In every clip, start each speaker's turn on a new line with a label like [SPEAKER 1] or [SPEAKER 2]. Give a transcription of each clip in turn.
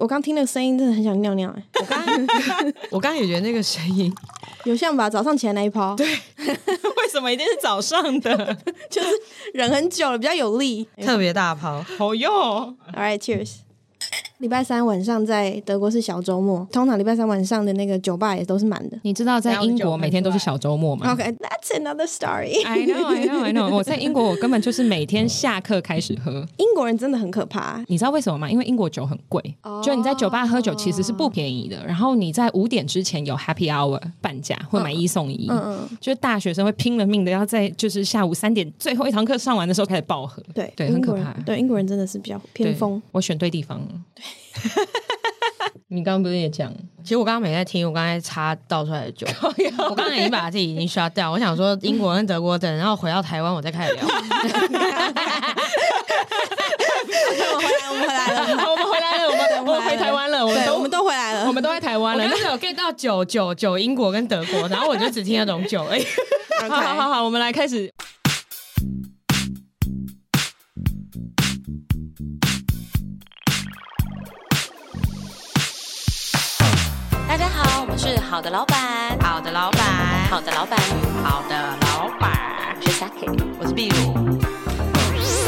[SPEAKER 1] 我刚听那个声音，真的很想尿尿 哎、
[SPEAKER 2] 我刚刚我刚刚也觉得那个声音，
[SPEAKER 1] 有像吧？早上起来那一泡， 对，
[SPEAKER 2] 为什么一定是早上的？
[SPEAKER 1] 就是忍很久了，比较有力。
[SPEAKER 2] 特别大炮，哎好哦用。
[SPEAKER 1] All right, cheers。礼拜三晚上在德国是小周末，通常礼拜三晚上的那个酒吧也都是满的。
[SPEAKER 3] 你知道在英国每天都是小周末吗
[SPEAKER 1] OK, that's another story。
[SPEAKER 3] ？I know,
[SPEAKER 2] 啊
[SPEAKER 3] I know, I know。我在英国，我根本就是每天下课开始喝。
[SPEAKER 1] 英国人真的很可怕、
[SPEAKER 3] 你知道为什么吗？因为英国酒很贵
[SPEAKER 1] 哦，
[SPEAKER 3] 就你在酒吧喝酒其实是不便宜的。然后你在五点之前有 Happy Hour 半价，会买一送一。
[SPEAKER 1] 嗯嗯，
[SPEAKER 3] 就是大学生会拼了命的要在就是下午三点最后一堂课上完的时候开始暴喝。
[SPEAKER 1] 对
[SPEAKER 3] 对，
[SPEAKER 1] 英
[SPEAKER 3] 很可
[SPEAKER 1] 国
[SPEAKER 3] 怕
[SPEAKER 1] 人。对英国人真的是比较偏
[SPEAKER 3] 对
[SPEAKER 1] 锋。，
[SPEAKER 3] 我选对 地方了。你刚刚不是也讲？
[SPEAKER 2] 其实我刚刚没在听，我刚才插倒出来的 酒，我刚才已经把自己已经 shut down。我想说英国跟德国等，然后回到台
[SPEAKER 3] 哦
[SPEAKER 2] 湾我再开 始 聊。
[SPEAKER 1] 我回来，我们回来了，
[SPEAKER 3] 我们回来了，我们我们回台湾 了，我们
[SPEAKER 1] 对，
[SPEAKER 3] 都
[SPEAKER 1] 我们都回来了。
[SPEAKER 3] 我们都在台湾
[SPEAKER 2] 我
[SPEAKER 3] 了
[SPEAKER 2] 刚。才有 get 到酒酒酒英国跟德国，然后我就只听得懂酒而已。
[SPEAKER 3] 好好
[SPEAKER 1] OK，
[SPEAKER 3] 好好，我们来开始。
[SPEAKER 4] 大家好，我们是好的老板，
[SPEAKER 2] 好的，老板，
[SPEAKER 4] 好的老板，
[SPEAKER 2] 好的，老板
[SPEAKER 4] 我，是 Saki。
[SPEAKER 2] 我是壁炉。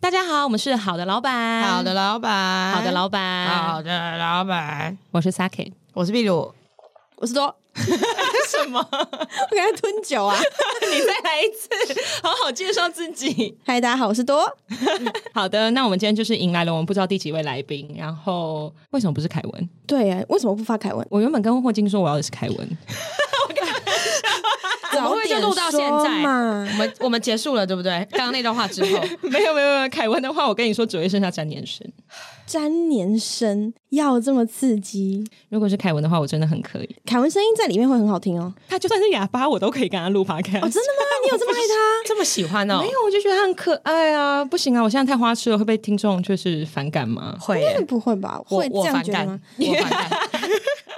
[SPEAKER 3] 大家好，我们是好的老板，
[SPEAKER 2] 好的，老板，
[SPEAKER 3] 好的老板，
[SPEAKER 2] 好的老板，
[SPEAKER 3] 我是 Saki。
[SPEAKER 2] 我是壁炉。
[SPEAKER 1] 我是说，
[SPEAKER 2] 什么？
[SPEAKER 1] 我刚才吞酒 啊。
[SPEAKER 3] 你再来一次，好好介绍自己。
[SPEAKER 1] 嗨，大家好，我是多。
[SPEAKER 3] 好的，那我们今天就是迎来了我们不知道第几位来宾。然后为什么不是凯文？
[SPEAKER 1] 对哎，为什么不发凯文？
[SPEAKER 3] 我原本跟霍金说我要的是凯文，
[SPEAKER 2] 怎么会就录到现
[SPEAKER 1] 早
[SPEAKER 2] 在
[SPEAKER 1] 点说嘛
[SPEAKER 2] 我们我们结束了，对不对？刚刚那段话之后，
[SPEAKER 3] 没有没有没有，凯文的话我跟你说只会剩下詹年生。
[SPEAKER 1] 粘黏声要这么刺激，
[SPEAKER 3] 如果是凯文的话，我真的很可以。
[SPEAKER 1] 凯文声音在里面会很好听哦。
[SPEAKER 3] 他就算是哑巴，我都可以跟他录 p o d
[SPEAKER 1] 哦，真的吗？ 你有这么爱他？
[SPEAKER 2] 这么喜欢哦
[SPEAKER 3] 没，有，我就觉得他很可爱啊！不行啊，我现在太花痴了，会被听众就是反感吗？
[SPEAKER 2] 会
[SPEAKER 1] 应该
[SPEAKER 2] 耶，
[SPEAKER 1] 不会吧？
[SPEAKER 2] 我
[SPEAKER 1] 会这
[SPEAKER 2] 我
[SPEAKER 1] 样
[SPEAKER 2] 反
[SPEAKER 1] 觉得吗
[SPEAKER 2] 感？，我反 感。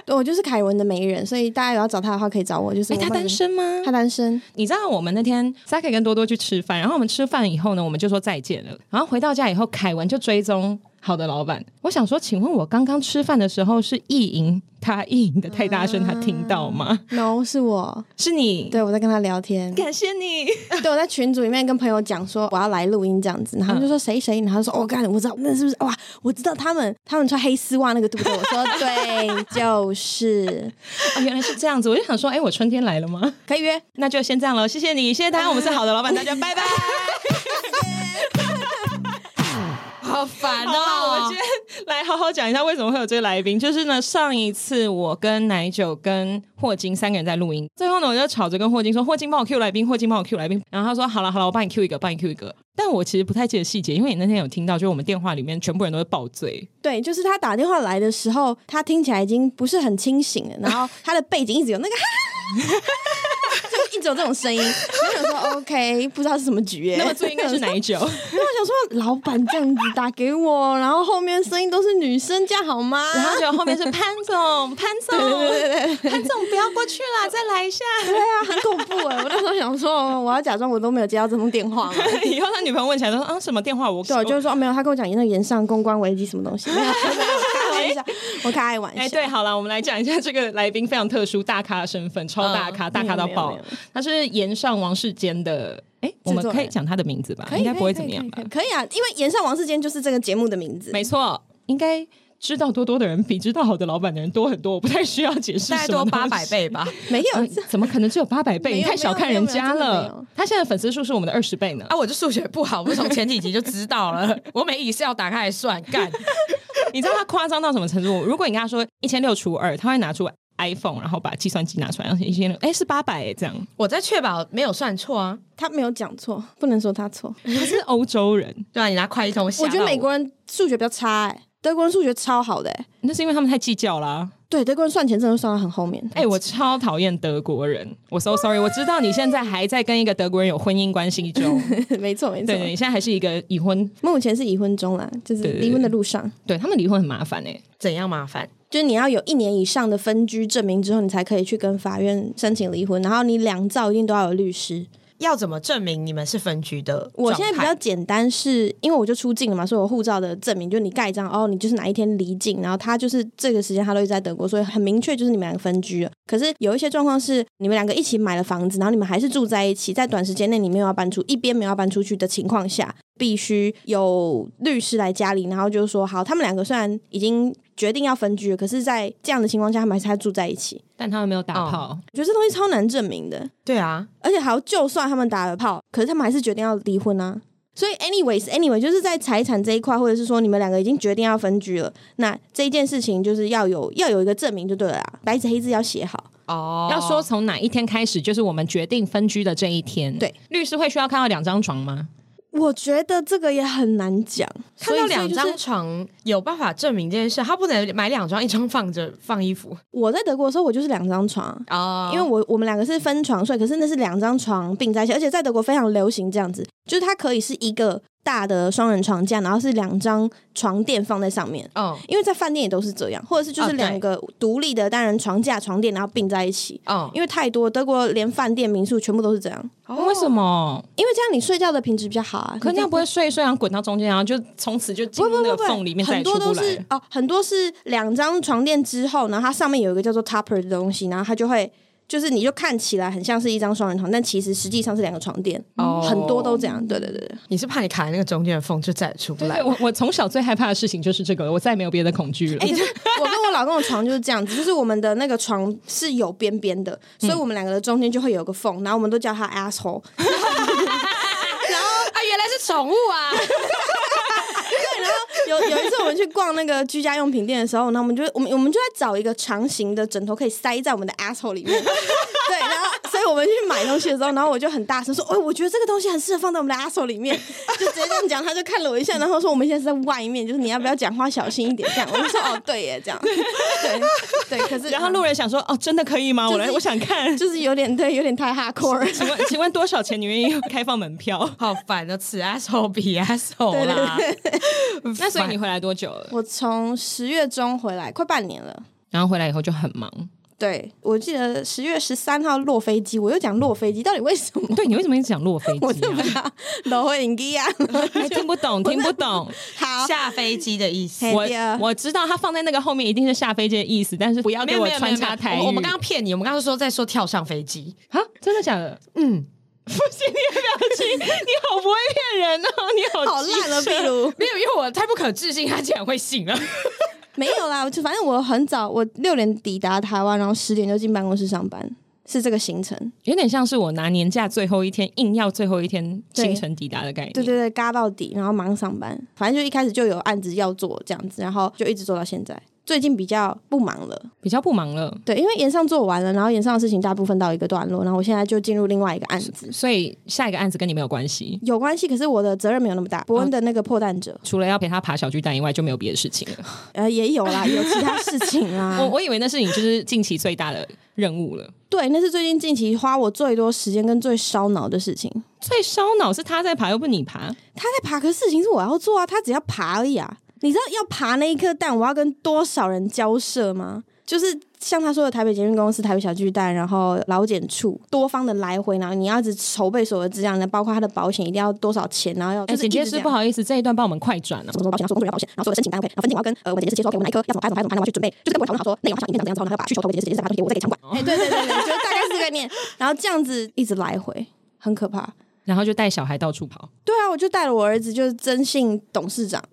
[SPEAKER 1] 对，我就是凯文的媒人，所以大家有要找他的话可以找我。就是
[SPEAKER 3] 哎、
[SPEAKER 1] 我
[SPEAKER 3] 他
[SPEAKER 1] 帮你
[SPEAKER 3] 单，身吗？
[SPEAKER 1] 他单身。
[SPEAKER 3] 你知道我们那天 s a k 跟多多去吃饭，然后我们吃饭以后呢，我们就说再见了。然后回到家以后，凯文就追踪好的老板。我想说，请问我刚刚吃饭的时候是意淫他意淫的太大声，他听到吗？
[SPEAKER 2] 嗯
[SPEAKER 1] No，是我。
[SPEAKER 3] 是你。
[SPEAKER 1] 对，我在跟他聊 天。
[SPEAKER 3] 感谢你，
[SPEAKER 1] 对，我在群组里面跟朋友讲说我要来录音这样子，然后他们就说谁谁，然后他说哦，干，我知道那是不是哇？我知道他们他们穿黑丝袜那个对不对？我说 对，就是
[SPEAKER 3] 哦，原来是这样子，我就想说，哎、我春天来了吗？
[SPEAKER 1] 可以约。
[SPEAKER 3] 那就先这样了，谢谢你，谢谢大家，我们是好的老板，大家拜拜。
[SPEAKER 2] 好烦
[SPEAKER 3] 好了，我
[SPEAKER 2] 哦
[SPEAKER 3] 们！今天来好好讲一下为什么会有这个来宾。就是呢，上一次我跟奶酒跟霍金三个人在录音，最后呢，我就吵着跟霍金说：“霍金帮我 Q 来宾，霍金帮我 Q 来宾。”然后他说：“好了好了，我帮你 Q 一个，帮你 Q 一个。”但我其实不太记得细节，因为你那天有听到，就是我们电话里面全部人都是 爆醉，
[SPEAKER 1] 对，就是他打电话来的时候，他听起来已经不是很清醒了，然 后他的背景一直有那个， 就一直有这种声音。我想 说 OK，不知道是什么局耶、
[SPEAKER 3] 那么醉应该是奶 酒。
[SPEAKER 1] 因为我想说，老板这样子打给我，然后后面声音都是女生，这样好吗？
[SPEAKER 3] 然后就后面是潘总，潘 总，潘总不要过去啦，再来一下。
[SPEAKER 1] 对啊，很恐怖哎、我那时候想说，我要假装我都没有接到这通电话嘛。
[SPEAKER 3] 以后他女朋友问起来，他说：“啊，什么电话我？”
[SPEAKER 1] 对，我就是说、哦没有，他跟我讲那个延上公关危机什么东西，没有，没有开玩笑，我开玩笑。
[SPEAKER 3] 哎、对，好了，我们来讲一下这个来宾非常特殊，大咖的身份，超大咖，大咖到
[SPEAKER 1] 嗯没有没有
[SPEAKER 3] 爆
[SPEAKER 1] 没有。
[SPEAKER 3] 他是岩上王世坚的哎，我们可以讲他的名字吧？
[SPEAKER 1] 可以
[SPEAKER 3] 应该不会怎么样吧
[SPEAKER 1] 可以？可以可以可以啊，因为《岩上王世坚》就是这个节目的名字，
[SPEAKER 3] 没错，应该知道多多的人比知道好的老板的人多很多，我不太需要解释。
[SPEAKER 2] 大概多八百，倍吧。
[SPEAKER 1] 没有
[SPEAKER 3] 呃，怎么可能只有八百倍？
[SPEAKER 1] 没有
[SPEAKER 3] 你太小看人
[SPEAKER 1] 没
[SPEAKER 3] 家
[SPEAKER 1] 有没有没有真的没
[SPEAKER 3] 了
[SPEAKER 1] 有。
[SPEAKER 3] 他现在粉丝数是我们的二十倍呢
[SPEAKER 2] 啊，。我就数学不好，我从前几集就知道了。我每 Excel 打开来算，干，
[SPEAKER 3] 你知道他夸张到什么程 度？如果你跟他说一千六除二，他会拿出 iPhone，然后把计算机拿出来，然后一千六，哎，是八百这样。
[SPEAKER 2] 我在确保没有算错啊。
[SPEAKER 1] 他没有讲错，不能说他错。
[SPEAKER 3] 他是欧洲人，
[SPEAKER 2] 对啊，你拿快一通吓
[SPEAKER 1] 我
[SPEAKER 2] 到
[SPEAKER 1] 觉得美国人数学比较差、哎，德国人数学超好的、哎，
[SPEAKER 3] 那是因为他们太计较啦、
[SPEAKER 1] 对，德国人算钱真的算到很后 面。
[SPEAKER 3] 哎、我超讨厌德国人，我 so sorry。我知道你现在还在跟一个德国人有婚姻关 系中，
[SPEAKER 1] 没错没错
[SPEAKER 3] 对，对，你现在还是一个已婚，
[SPEAKER 1] 目前是已婚中啦，就是
[SPEAKER 3] 对对
[SPEAKER 1] 离婚的路上，
[SPEAKER 3] 对他们离婚很麻烦哎、
[SPEAKER 2] 怎样麻烦？
[SPEAKER 1] 就是你要有一年以上的分居证明之后，你才可以去跟法院申请离婚，然后你两造一定都要有律师。
[SPEAKER 2] 要怎么证明你们是分居的状态？
[SPEAKER 1] 我现在比较简单是，因为我就出境了嘛，所以我护照的证明就你盖章，哦，你就是哪一天离境，然后他就是这个时间他都一直在德国，所以很明确就是你们两个分居了。可是有一些状况是，你们两个一起买了房子，然后你们还是住在一起，在短时间内你没有要搬出，一边没有要搬出去的情况下，必须有律师来家里，然后就说好，他们两个虽然已经决定要分居了，可是，在这样的情况下，他们还是还住在一起。
[SPEAKER 3] 但他们没有打炮，
[SPEAKER 1] 我觉得这东西超难证明的。
[SPEAKER 2] 对啊，
[SPEAKER 1] 而且还有，就算他们打了炮，可是他们还是决定要离婚啊。所以，anyways，anyway，就是在财产这一块，或者是说你们两个已经决定要分居了，那这一件事情就是要有要有一个证明就对了啊，白纸黑字要写好。
[SPEAKER 2] 哦，
[SPEAKER 3] 要说从哪一天开始，就是我们决定分居的这一天。
[SPEAKER 1] 对，
[SPEAKER 3] 律师会需要看到两张床吗？
[SPEAKER 1] 我觉得这个也很难讲，
[SPEAKER 2] 看到两
[SPEAKER 1] 所以
[SPEAKER 2] 张
[SPEAKER 1] 就是
[SPEAKER 2] 床有办法证明这件事，他不能买两张，一张放着放衣服
[SPEAKER 1] 我在德国的时候，我就是两张床啊，
[SPEAKER 2] 啊
[SPEAKER 1] 因为我我们两个是分床睡，可是那是两张床并在一起，而且在德国非常流行这样子，就是它可以是一个大的双人床架，然后是两张床垫放在上面。
[SPEAKER 2] 哦
[SPEAKER 1] 因为在饭店也都是这样，或者是就
[SPEAKER 3] 哦
[SPEAKER 2] 啊
[SPEAKER 1] 是
[SPEAKER 2] 对
[SPEAKER 1] 两个独立的单人床架、床垫，然后并在一起。
[SPEAKER 2] 哦，
[SPEAKER 1] 因为太多，德国连饭店、民宿全部都是这样，
[SPEAKER 3] 为什么？
[SPEAKER 1] 因为这样你睡觉的品质比较好啊。
[SPEAKER 3] 可那样不
[SPEAKER 1] 会
[SPEAKER 3] 会睡一睡，然后滚到中间，然后就从此就进
[SPEAKER 1] 不
[SPEAKER 3] 入
[SPEAKER 1] 不
[SPEAKER 3] 那
[SPEAKER 1] 不
[SPEAKER 3] 个
[SPEAKER 1] 不
[SPEAKER 3] 缝里面再
[SPEAKER 1] 很
[SPEAKER 3] 也出
[SPEAKER 1] 多
[SPEAKER 3] 不
[SPEAKER 1] 都
[SPEAKER 3] 来
[SPEAKER 1] 是
[SPEAKER 3] 了。
[SPEAKER 1] 哦，很多是两张床垫之后，然后它上面有一个叫做 topper 的东西，然后它就会就是你就看起来很像是一张双人床，但其实实际上是两个床垫，
[SPEAKER 2] 哦
[SPEAKER 1] 很多都这样。对对对 对，
[SPEAKER 2] 你是怕你卡在那个中间的缝就再也出不
[SPEAKER 3] 对
[SPEAKER 2] 来
[SPEAKER 3] 对，
[SPEAKER 2] 了。
[SPEAKER 3] 我我从小最害怕的事情就是这个了，我再也没有别的恐惧了。
[SPEAKER 1] 哎、可是我跟我老公的床就是这样子，就是我们的那个床是有边边的，所以
[SPEAKER 3] 嗯
[SPEAKER 1] 我们两个的中间就会有个缝，然后我们都叫它 asshole。
[SPEAKER 2] 啊，原来是宠物啊！？
[SPEAKER 1] 有有一次我们去逛那个居家用品店的时候，那我们就我们我们就在找一个长形的枕头可以塞在我们的 asshole 里面。对，然后所以我们去买东西的时候，然后我就很大声说：“哎、我觉得这个东西很适合放在我们的 asshole 里面。”就直接这样讲，他就看了我一下，然后说：“我们现在是在外面，就是你要不要讲话小心一点？”这样，我就说：“哦，对耶，这样。对”对，可是
[SPEAKER 3] 然后路人想说：“哦，真的可以吗？我来，
[SPEAKER 1] 就是
[SPEAKER 3] 我 想看。
[SPEAKER 1] 就是有点对，有点太 hardcore。
[SPEAKER 3] 请问，请问多少钱？你愿意开放门票
[SPEAKER 2] 好烦啊，此 asshole 彼 asshole 啦。
[SPEAKER 3] 那所以你回来多久了？
[SPEAKER 1] 我从十月中回来，快半年了。
[SPEAKER 3] 然后回来以后就很忙。
[SPEAKER 1] 对，我记得十月十三号落飞机，我又讲落飞机，到底为什么？
[SPEAKER 3] 对，你为什么一直讲落飞
[SPEAKER 1] 我
[SPEAKER 3] 机
[SPEAKER 1] 真不知道， 罗慧玲基啊，
[SPEAKER 3] 啊？听不 懂，听不懂。哎
[SPEAKER 1] 好，
[SPEAKER 2] 下飞机的意思
[SPEAKER 1] 嘿。
[SPEAKER 3] 我
[SPEAKER 1] 对啊
[SPEAKER 3] 我知道他放在那个后面一定是下飞机的意思，但是不要
[SPEAKER 2] 没
[SPEAKER 3] 给
[SPEAKER 2] 有
[SPEAKER 3] 我
[SPEAKER 2] 没有没
[SPEAKER 3] 穿
[SPEAKER 2] 有
[SPEAKER 3] 插
[SPEAKER 2] 没
[SPEAKER 3] 台
[SPEAKER 2] 有，
[SPEAKER 3] 语。
[SPEAKER 2] 我我们刚刚骗你，我们刚刚说在说跳上飞机，
[SPEAKER 3] 啊，真的假的？
[SPEAKER 2] 嗯，
[SPEAKER 3] 不行，你的表情，你好不会骗人哦， 你好啊
[SPEAKER 1] 好
[SPEAKER 3] 机
[SPEAKER 1] 烂了，
[SPEAKER 3] 车
[SPEAKER 1] 壁 如
[SPEAKER 2] 没有，因为我太不可置信，他竟然会醒了。
[SPEAKER 1] 没有啦，我就反正我很早，我六点抵达台湾，然后十点就进办公室上班，是这个行程。
[SPEAKER 3] 有点像是我拿年假最后一天，硬要最后一天
[SPEAKER 1] 对
[SPEAKER 3] 清晨抵达的概念。
[SPEAKER 1] 对对对，嘎到底，然后忙上班，反正就一开始就有案子要做这样子，然后就一直做到现在。最近比较不忙了，
[SPEAKER 3] 比较不忙了，
[SPEAKER 1] 对，因为延上做完了，然后延上的事情大部分到一个段落，然后我现在就进入另外一个案子，
[SPEAKER 3] 所以下一个案子跟你没有关系。
[SPEAKER 1] 有关系，可是我的责任没有那么大。伯恩的那个破蛋者，
[SPEAKER 3] 除了要陪他爬小巨蛋以外，就没有别的事情了。
[SPEAKER 1] 呃，也有啦，有其他事情啊 啦。
[SPEAKER 3] 我我以为那是你就是近期最大的任务了。
[SPEAKER 1] 对，那是最近近期花我最多时间跟最烧脑的事情。
[SPEAKER 3] 最烧脑是他在爬，又不是你爬。
[SPEAKER 1] 他在爬，可是事情是我要做啊，他只要爬而已啊。你知道要爬那一颗蛋，我要跟多少人交涉吗？就是像他说的，台北捷运公司、台北小巨蛋，然后劳检处多方的来回，然后你要一直筹备所有的资料，然后包括他的保险一定要多少钱，然后要
[SPEAKER 3] 哎、
[SPEAKER 1] 就是
[SPEAKER 3] 剪接
[SPEAKER 1] 一直这
[SPEAKER 3] 师
[SPEAKER 1] 样
[SPEAKER 3] 不好意思，这一段帮我们快转了、
[SPEAKER 1] 什么什么保险，然后做工作人员保险，然后所有的申请单 OK，然后分警我要跟呃我们的剪接师接说 OK，我们哪一科要怎么拍怎么拍怎么拍，然后我去准备，就是跟我讨论好说内容要上影片怎么样，之后呢还要把需求投给剪接师，剪接师把东西给我再给场馆。哎、对对对对，就大概是这个概念。然后这样子一直来回，很可怕。
[SPEAKER 3] 然后就带小孩到处跑。
[SPEAKER 1] 对啊，我就带了我儿子，就是征信董事长，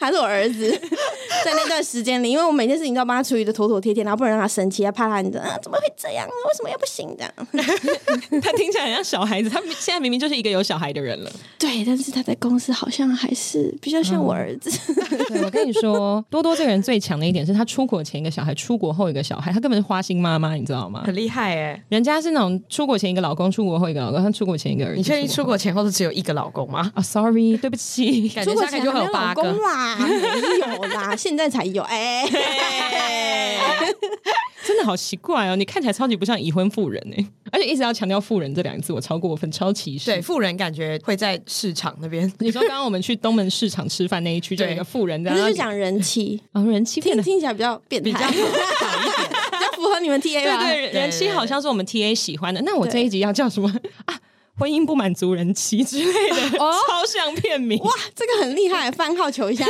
[SPEAKER 1] 还是我儿子， 在那段时间里，因为我每件事情都要帮他处理的妥妥帖帖，然后不能让他生气，他怕他你知道啊怎么会这样？为什么又不行这样？
[SPEAKER 3] 他听起来很像小孩子，他明现在明明就是一个有小孩的人了。
[SPEAKER 1] 对，但是他在公司好像还是比较像我儿 子，
[SPEAKER 3] 对，我跟你说， 多多这个人最强的一点是他出国前一个小孩，出国后一个小孩，他根本是花心妈妈，你知道吗？
[SPEAKER 2] 很厉害哎。
[SPEAKER 3] 人家是那种出国前一个老公，出国后一个老公，他出国前一个儿子。
[SPEAKER 2] 你确定出国前后都只有一个老公吗？
[SPEAKER 3] 啊、s o r r y 对不起。
[SPEAKER 2] 感
[SPEAKER 1] 出
[SPEAKER 2] 觉
[SPEAKER 1] 国
[SPEAKER 2] 大概
[SPEAKER 1] 前
[SPEAKER 2] 就
[SPEAKER 1] 还没
[SPEAKER 2] 会有八
[SPEAKER 1] 老
[SPEAKER 2] 个。
[SPEAKER 1] 公啦，没有啦，现在才有 哎。
[SPEAKER 3] 真的好奇怪哦，你看起来超级不像已婚妇人哎、而且一直要强调“妇人”这两个字，我超过分，超歧视。
[SPEAKER 2] 对，，富人感觉会在市场那边。
[SPEAKER 3] 你说刚刚我们去东门市场吃饭那一区，就有一个妇人在
[SPEAKER 1] 可
[SPEAKER 3] 那
[SPEAKER 1] 是
[SPEAKER 3] 里，
[SPEAKER 1] 就讲人 气，
[SPEAKER 3] 哦人气变
[SPEAKER 1] 听
[SPEAKER 3] 得
[SPEAKER 1] 听起来比较变态，比较符合你们 TA
[SPEAKER 3] 对
[SPEAKER 1] 吧？
[SPEAKER 3] 对人气好像是我们 TA 喜欢的。那我这一集要叫什么 啊？婚姻不满足人妻之类的， 超像片名。
[SPEAKER 1] 哦哇，这个很厉害，番号求一 下，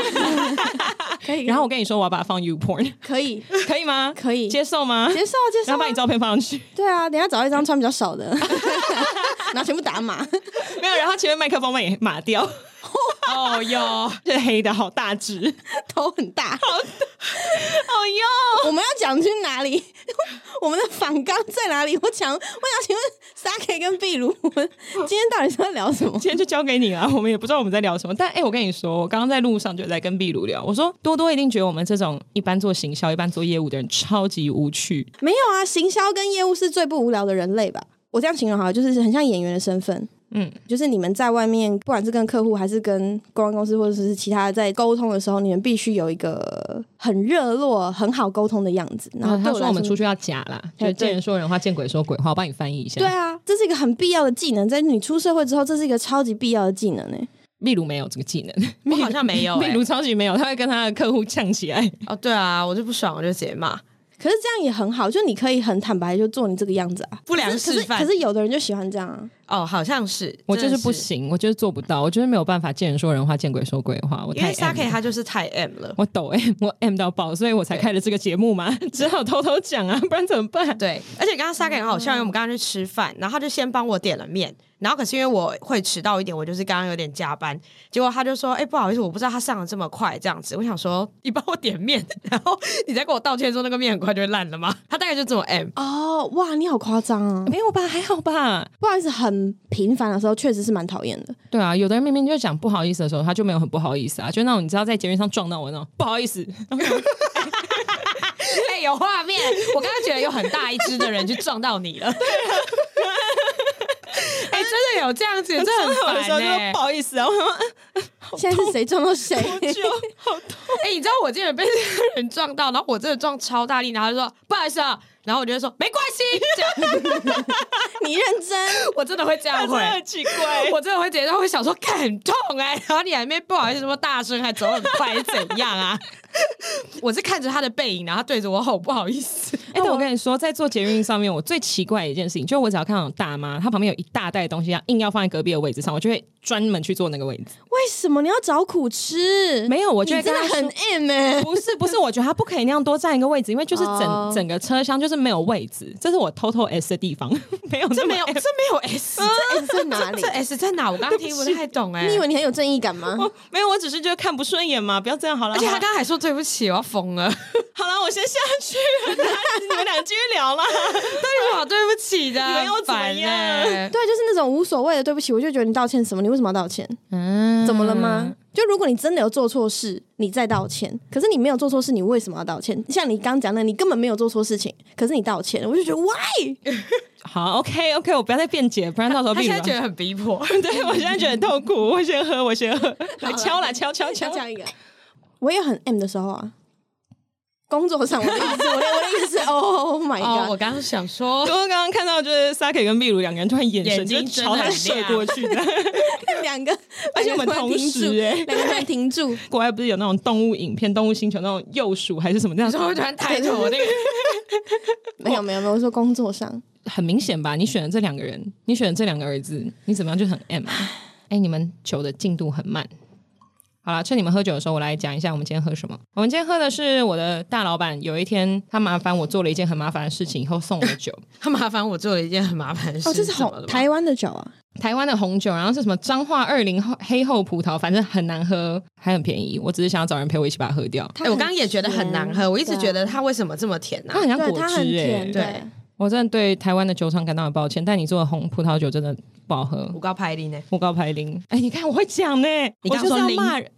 [SPEAKER 1] 可以，
[SPEAKER 3] 然后我跟你说，我要把它放 YouPorn，
[SPEAKER 1] 可以
[SPEAKER 3] 可以吗？
[SPEAKER 1] 可以
[SPEAKER 3] 接受吗？
[SPEAKER 1] 接受啊接受
[SPEAKER 3] 然
[SPEAKER 1] 啊
[SPEAKER 3] 后，把你照片放上去，
[SPEAKER 1] 对啊，等一下找一张穿比较少的， 然后全部打码，
[SPEAKER 3] 没有，然后前面麦克风被码掉。哦哟，这黑的好大只，
[SPEAKER 1] 头很大。
[SPEAKER 3] 哦哟，
[SPEAKER 1] 我们要讲去哪里？ 我们的反纲在哪里？我想，我想请问 s K 跟壁炉，我们今天到底是要聊什么？
[SPEAKER 3] 今天就交给你 了。我们也不知道我们在聊什么，但哎、我跟你说，我刚刚在路上就在跟壁炉聊，我说多多一定觉得我们这种一般做行销、一般做业务的人超级无趣，
[SPEAKER 1] 没有啊，行销跟业务是最不无聊的人类吧？我这样形容好了，就是很像演员的身份。
[SPEAKER 3] 嗯，
[SPEAKER 1] 就是你们在外面，不管是跟客户还是跟公关公司，或者是其他在沟通的时候，你们必须有一个很热络、很好沟通的样子。然
[SPEAKER 3] 然
[SPEAKER 1] 后
[SPEAKER 3] 后
[SPEAKER 1] 对
[SPEAKER 3] 他
[SPEAKER 1] 来
[SPEAKER 3] 说我们出去要假啦，就
[SPEAKER 1] 哎
[SPEAKER 3] 是见人说人话，见鬼说鬼话。我帮你翻译一下。
[SPEAKER 1] 对，啊，这是一个很必要的技能，在你出社会之后，这是一个超级必要的技能欸呢、
[SPEAKER 3] 秘鲁没有这个技能，
[SPEAKER 2] 我好像没有
[SPEAKER 3] 秘
[SPEAKER 2] 哎、
[SPEAKER 3] 鲁超级没有，他会跟他的客户呛起来。
[SPEAKER 2] 哦，对啊，我就不爽，我就直接骂
[SPEAKER 1] 可是这样也很好，就你可以很坦白，就做你这个样子啊。
[SPEAKER 2] 不良
[SPEAKER 1] 可是
[SPEAKER 2] 示范
[SPEAKER 1] 可是有的人就喜欢这样啊。
[SPEAKER 2] 哦，好像是，
[SPEAKER 3] 我就
[SPEAKER 2] 真
[SPEAKER 3] 是
[SPEAKER 2] 的
[SPEAKER 3] 不。行，我就是做不到，我就是没有办法见人说人话，见鬼说鬼话。我
[SPEAKER 2] 因
[SPEAKER 3] 太
[SPEAKER 2] 为
[SPEAKER 3] M 了
[SPEAKER 2] Saki 他就是太 M 了，
[SPEAKER 3] 我抖 M，我 M 到爆，所以我才开了这个节目嘛， 只好偷偷讲啊，不然怎么办？
[SPEAKER 2] 对，而且刚刚 Saki 很好笑，因为我们刚刚去吃饭，然后他就先帮我点了面，然后可是因为我会迟到一点，我就是刚刚有点加班，结果他就说：“哎、不好意思，我不知道他上的这么快，这样子。”我想说，你帮我点面， 然后你再跟我道歉说那个面很快就会烂了吗？他大概就这么 M，
[SPEAKER 1] 哦，哇，你好夸张啊！
[SPEAKER 3] 没有吧，还好吧。
[SPEAKER 1] 不好意思，很频繁的时候确实是蛮讨厌的。
[SPEAKER 3] 对啊，有的人明明就讲不好意思的时候，他就没有很不好意思啊，就那种你知道在节目上撞到我那种不好意思，
[SPEAKER 2] 哎、有画面，我刚刚觉得有很大一只的人去撞到你 了。哎、真的有这 样子，真的
[SPEAKER 3] 撞到我的
[SPEAKER 2] 很
[SPEAKER 3] 时候
[SPEAKER 2] 烦欸
[SPEAKER 3] 就
[SPEAKER 2] 呢、
[SPEAKER 3] 说不好意思啊，我说
[SPEAKER 1] 现在是谁撞到谁？
[SPEAKER 2] 哎、你知道我之前被这个人撞到，然后我真的撞超大力，然后他就说不好意思啊，然后我就会说没关系，这样
[SPEAKER 1] 你认真，
[SPEAKER 2] 我真的会这样
[SPEAKER 3] 真
[SPEAKER 2] 回
[SPEAKER 3] 的。很奇怪。
[SPEAKER 2] 我真的会直接会想说，干很痛哎、然后你还没不好意思说大声，还走很快，是怎样啊？ 我是看着他的背影，然后他对着我吼，不好意思。
[SPEAKER 3] 哎、但我跟你说，在做捷运上面，我最奇怪的一件事情，就是我只要看到有大妈，她旁边有一大袋东西，她硬要放在隔壁的位置上，我就会专门去坐那个位置。
[SPEAKER 2] 嗯
[SPEAKER 1] 为什么你要找苦吃？
[SPEAKER 3] 没有我觉
[SPEAKER 1] 你
[SPEAKER 3] 得
[SPEAKER 1] 真的很 M 哎、
[SPEAKER 3] 不是不是，我觉得她不可以那样多占一个位置，因为就是整、
[SPEAKER 1] 哦
[SPEAKER 3] 整个车厢就是没有位置，这是我偷偷 S 的地方， 没有
[SPEAKER 2] 这
[SPEAKER 3] 那么
[SPEAKER 2] 没有，这
[SPEAKER 3] S
[SPEAKER 2] 没有 S，
[SPEAKER 1] 哎这 S 在哪里
[SPEAKER 2] 这？S 在哪？我刚刚听不太懂哎、
[SPEAKER 1] 你以为你很有正义感 吗？
[SPEAKER 3] 没有，我只是就看不顺眼嘛，不要这样好了。
[SPEAKER 2] 而且他
[SPEAKER 3] 好啦
[SPEAKER 2] 刚刚还说对不起，我要疯 了，
[SPEAKER 3] 好了，我先下去了，你们俩继续聊啦。
[SPEAKER 2] 对什么好对不起的？
[SPEAKER 3] 你们又怎么样
[SPEAKER 2] 很烦欸
[SPEAKER 1] 对，就是那种无所谓的，对不起，我就觉得你道歉什么？你为什么要道歉？
[SPEAKER 2] 嗯
[SPEAKER 1] 怎么了吗？？就如果你真的有做错事，你再道歉。可是你没有做错事，你为什么要道歉？像你刚讲的，你根本没有做错事情，可是你道歉，我就觉得 why？
[SPEAKER 3] 好，OK OK，我不要再辩解，不然到时候
[SPEAKER 2] 他
[SPEAKER 3] 被
[SPEAKER 2] 现在觉得很逼迫，
[SPEAKER 3] 对我现在觉得很痛苦，我先喝，我先喝，来敲啦，敲敲敲
[SPEAKER 1] 想。讲一个，我也很 M 的时候啊，工作上我的意思，我的我的意 思是，Oh my
[SPEAKER 2] 哦，我
[SPEAKER 1] god！
[SPEAKER 2] 刚刚想说
[SPEAKER 3] 刚刚刚看到就是 Saki 跟秘鲁两个人突然眼神
[SPEAKER 2] 眼睛
[SPEAKER 3] 就朝他射过去的，
[SPEAKER 1] 两个，
[SPEAKER 3] 而且我
[SPEAKER 1] 两个
[SPEAKER 3] 们
[SPEAKER 1] 突然
[SPEAKER 3] 同
[SPEAKER 1] 停住
[SPEAKER 3] 时欸
[SPEAKER 1] 两个突然停 住，
[SPEAKER 3] 国外不是有那种动物影片《动物星球》那种幼鼠还是什么这
[SPEAKER 2] 你
[SPEAKER 3] 样，
[SPEAKER 2] 说会突然抬头那个，
[SPEAKER 1] 没有没有没有，我说工作上，
[SPEAKER 3] 很明显吧？你选的这两个人， 你选的这两个儿子，你怎么样就很 M 啊？哎、你们球的进度很慢，好啦，趁你们喝酒的时候，我来讲一下我们今天喝什么。我们今天喝的是我的大老板有一天他麻烦我做了一件很麻烦的事情以后送我的 酒，
[SPEAKER 2] 他麻烦我做了一件很麻烦的事，
[SPEAKER 1] 哦，这是
[SPEAKER 2] 怎么了
[SPEAKER 1] 红
[SPEAKER 2] 吗
[SPEAKER 1] 台湾的酒啊，
[SPEAKER 3] 台湾的红酒，然后是什么彰化二零后黑后葡萄，反正很难喝，还很便宜。我只是想要找人陪我一起把它喝掉。
[SPEAKER 2] 哎我刚刚也觉得很啊难喝，我一直觉得
[SPEAKER 1] 它
[SPEAKER 2] 它为什么这么甜啊呢、
[SPEAKER 3] 它很像
[SPEAKER 1] 啊对啊
[SPEAKER 3] 果
[SPEAKER 1] 它
[SPEAKER 3] 汁
[SPEAKER 1] 很
[SPEAKER 3] 哎、
[SPEAKER 1] 甜，对
[SPEAKER 2] 对。
[SPEAKER 3] 我真的对台湾的酒厂感到很抱歉，但你做的红葡萄酒真的不好喝
[SPEAKER 2] 五。高排零呢？
[SPEAKER 3] 我高牌零，哎、你看我会讲呢、
[SPEAKER 2] 你
[SPEAKER 3] 我
[SPEAKER 2] 刚
[SPEAKER 3] 就是
[SPEAKER 2] 说
[SPEAKER 3] 要
[SPEAKER 2] 零
[SPEAKER 3] 骂人。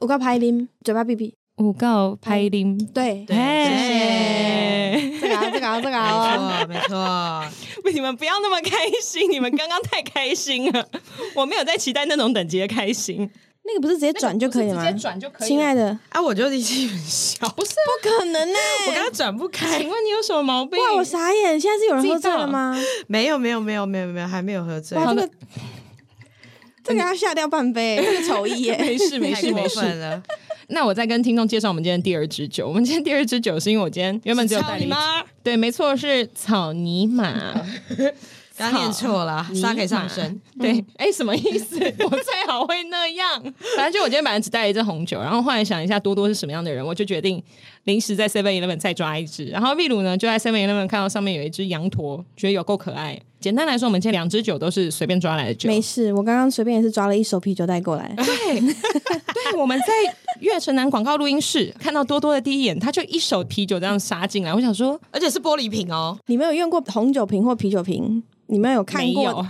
[SPEAKER 1] 我告拍林，嘴巴闭闭，
[SPEAKER 3] 五告拍零，
[SPEAKER 1] 对，
[SPEAKER 2] 对
[SPEAKER 3] 哎
[SPEAKER 1] 这个啊，这个啊，这个啊哦，
[SPEAKER 2] 没错，没 错。
[SPEAKER 3] 你 们不要那么开心，你们刚刚太开心了，我没有在期待那种等级的开心。
[SPEAKER 1] 那个不是直接转就可以了吗？
[SPEAKER 3] 直接转就可以。
[SPEAKER 1] 亲爱，的，
[SPEAKER 2] 啊，我就力气很小，
[SPEAKER 3] 不是、
[SPEAKER 1] 不可能呢、
[SPEAKER 2] 我刚刚转不开
[SPEAKER 3] 请。问你有什么毛病？
[SPEAKER 1] 哇，我傻眼！现在是有人喝醉了吗？
[SPEAKER 2] 没有，没有，没有，没有，没有，还没有喝醉。
[SPEAKER 1] 哇，这
[SPEAKER 3] 好
[SPEAKER 1] 个 这个要下掉半 杯，这个丑意
[SPEAKER 3] 没
[SPEAKER 1] 耶！
[SPEAKER 3] 事没
[SPEAKER 2] 太
[SPEAKER 3] 事
[SPEAKER 2] 过
[SPEAKER 3] 没事。
[SPEAKER 2] 分 了！
[SPEAKER 3] 那我再跟听众介绍我们今天的第二支酒。我们今天第二支酒是因为我今天原本只有带了一支，
[SPEAKER 2] 妈，
[SPEAKER 3] 对，没错，是草泥马。
[SPEAKER 2] 刚念错了，
[SPEAKER 3] 尼玛
[SPEAKER 2] 沙可以上身。
[SPEAKER 1] 啊
[SPEAKER 3] 对，哎、什么 意思？我最好会那样。反正就我今天本来只带了一支红酒，然后后来想一下多多是什么样的人，我就决定临时在 Seven Eleven 再抓一支。然后秘鲁呢，就在 Seven Eleven 看到上面有一只羊驼，觉得有够可爱。简单来说，我们今天两支酒都是随便抓来的 酒。
[SPEAKER 1] 没事，我刚刚随便也是抓了一手啤酒带过来，
[SPEAKER 3] 对，对，我们在月城南广告录音室看到多多的第一眼，他就一手啤酒这样杀进来。我想说，
[SPEAKER 2] 而且是玻璃瓶哦，
[SPEAKER 1] 你们有用过红酒瓶或啤酒瓶？你们有看
[SPEAKER 3] 没
[SPEAKER 1] 过
[SPEAKER 3] 有，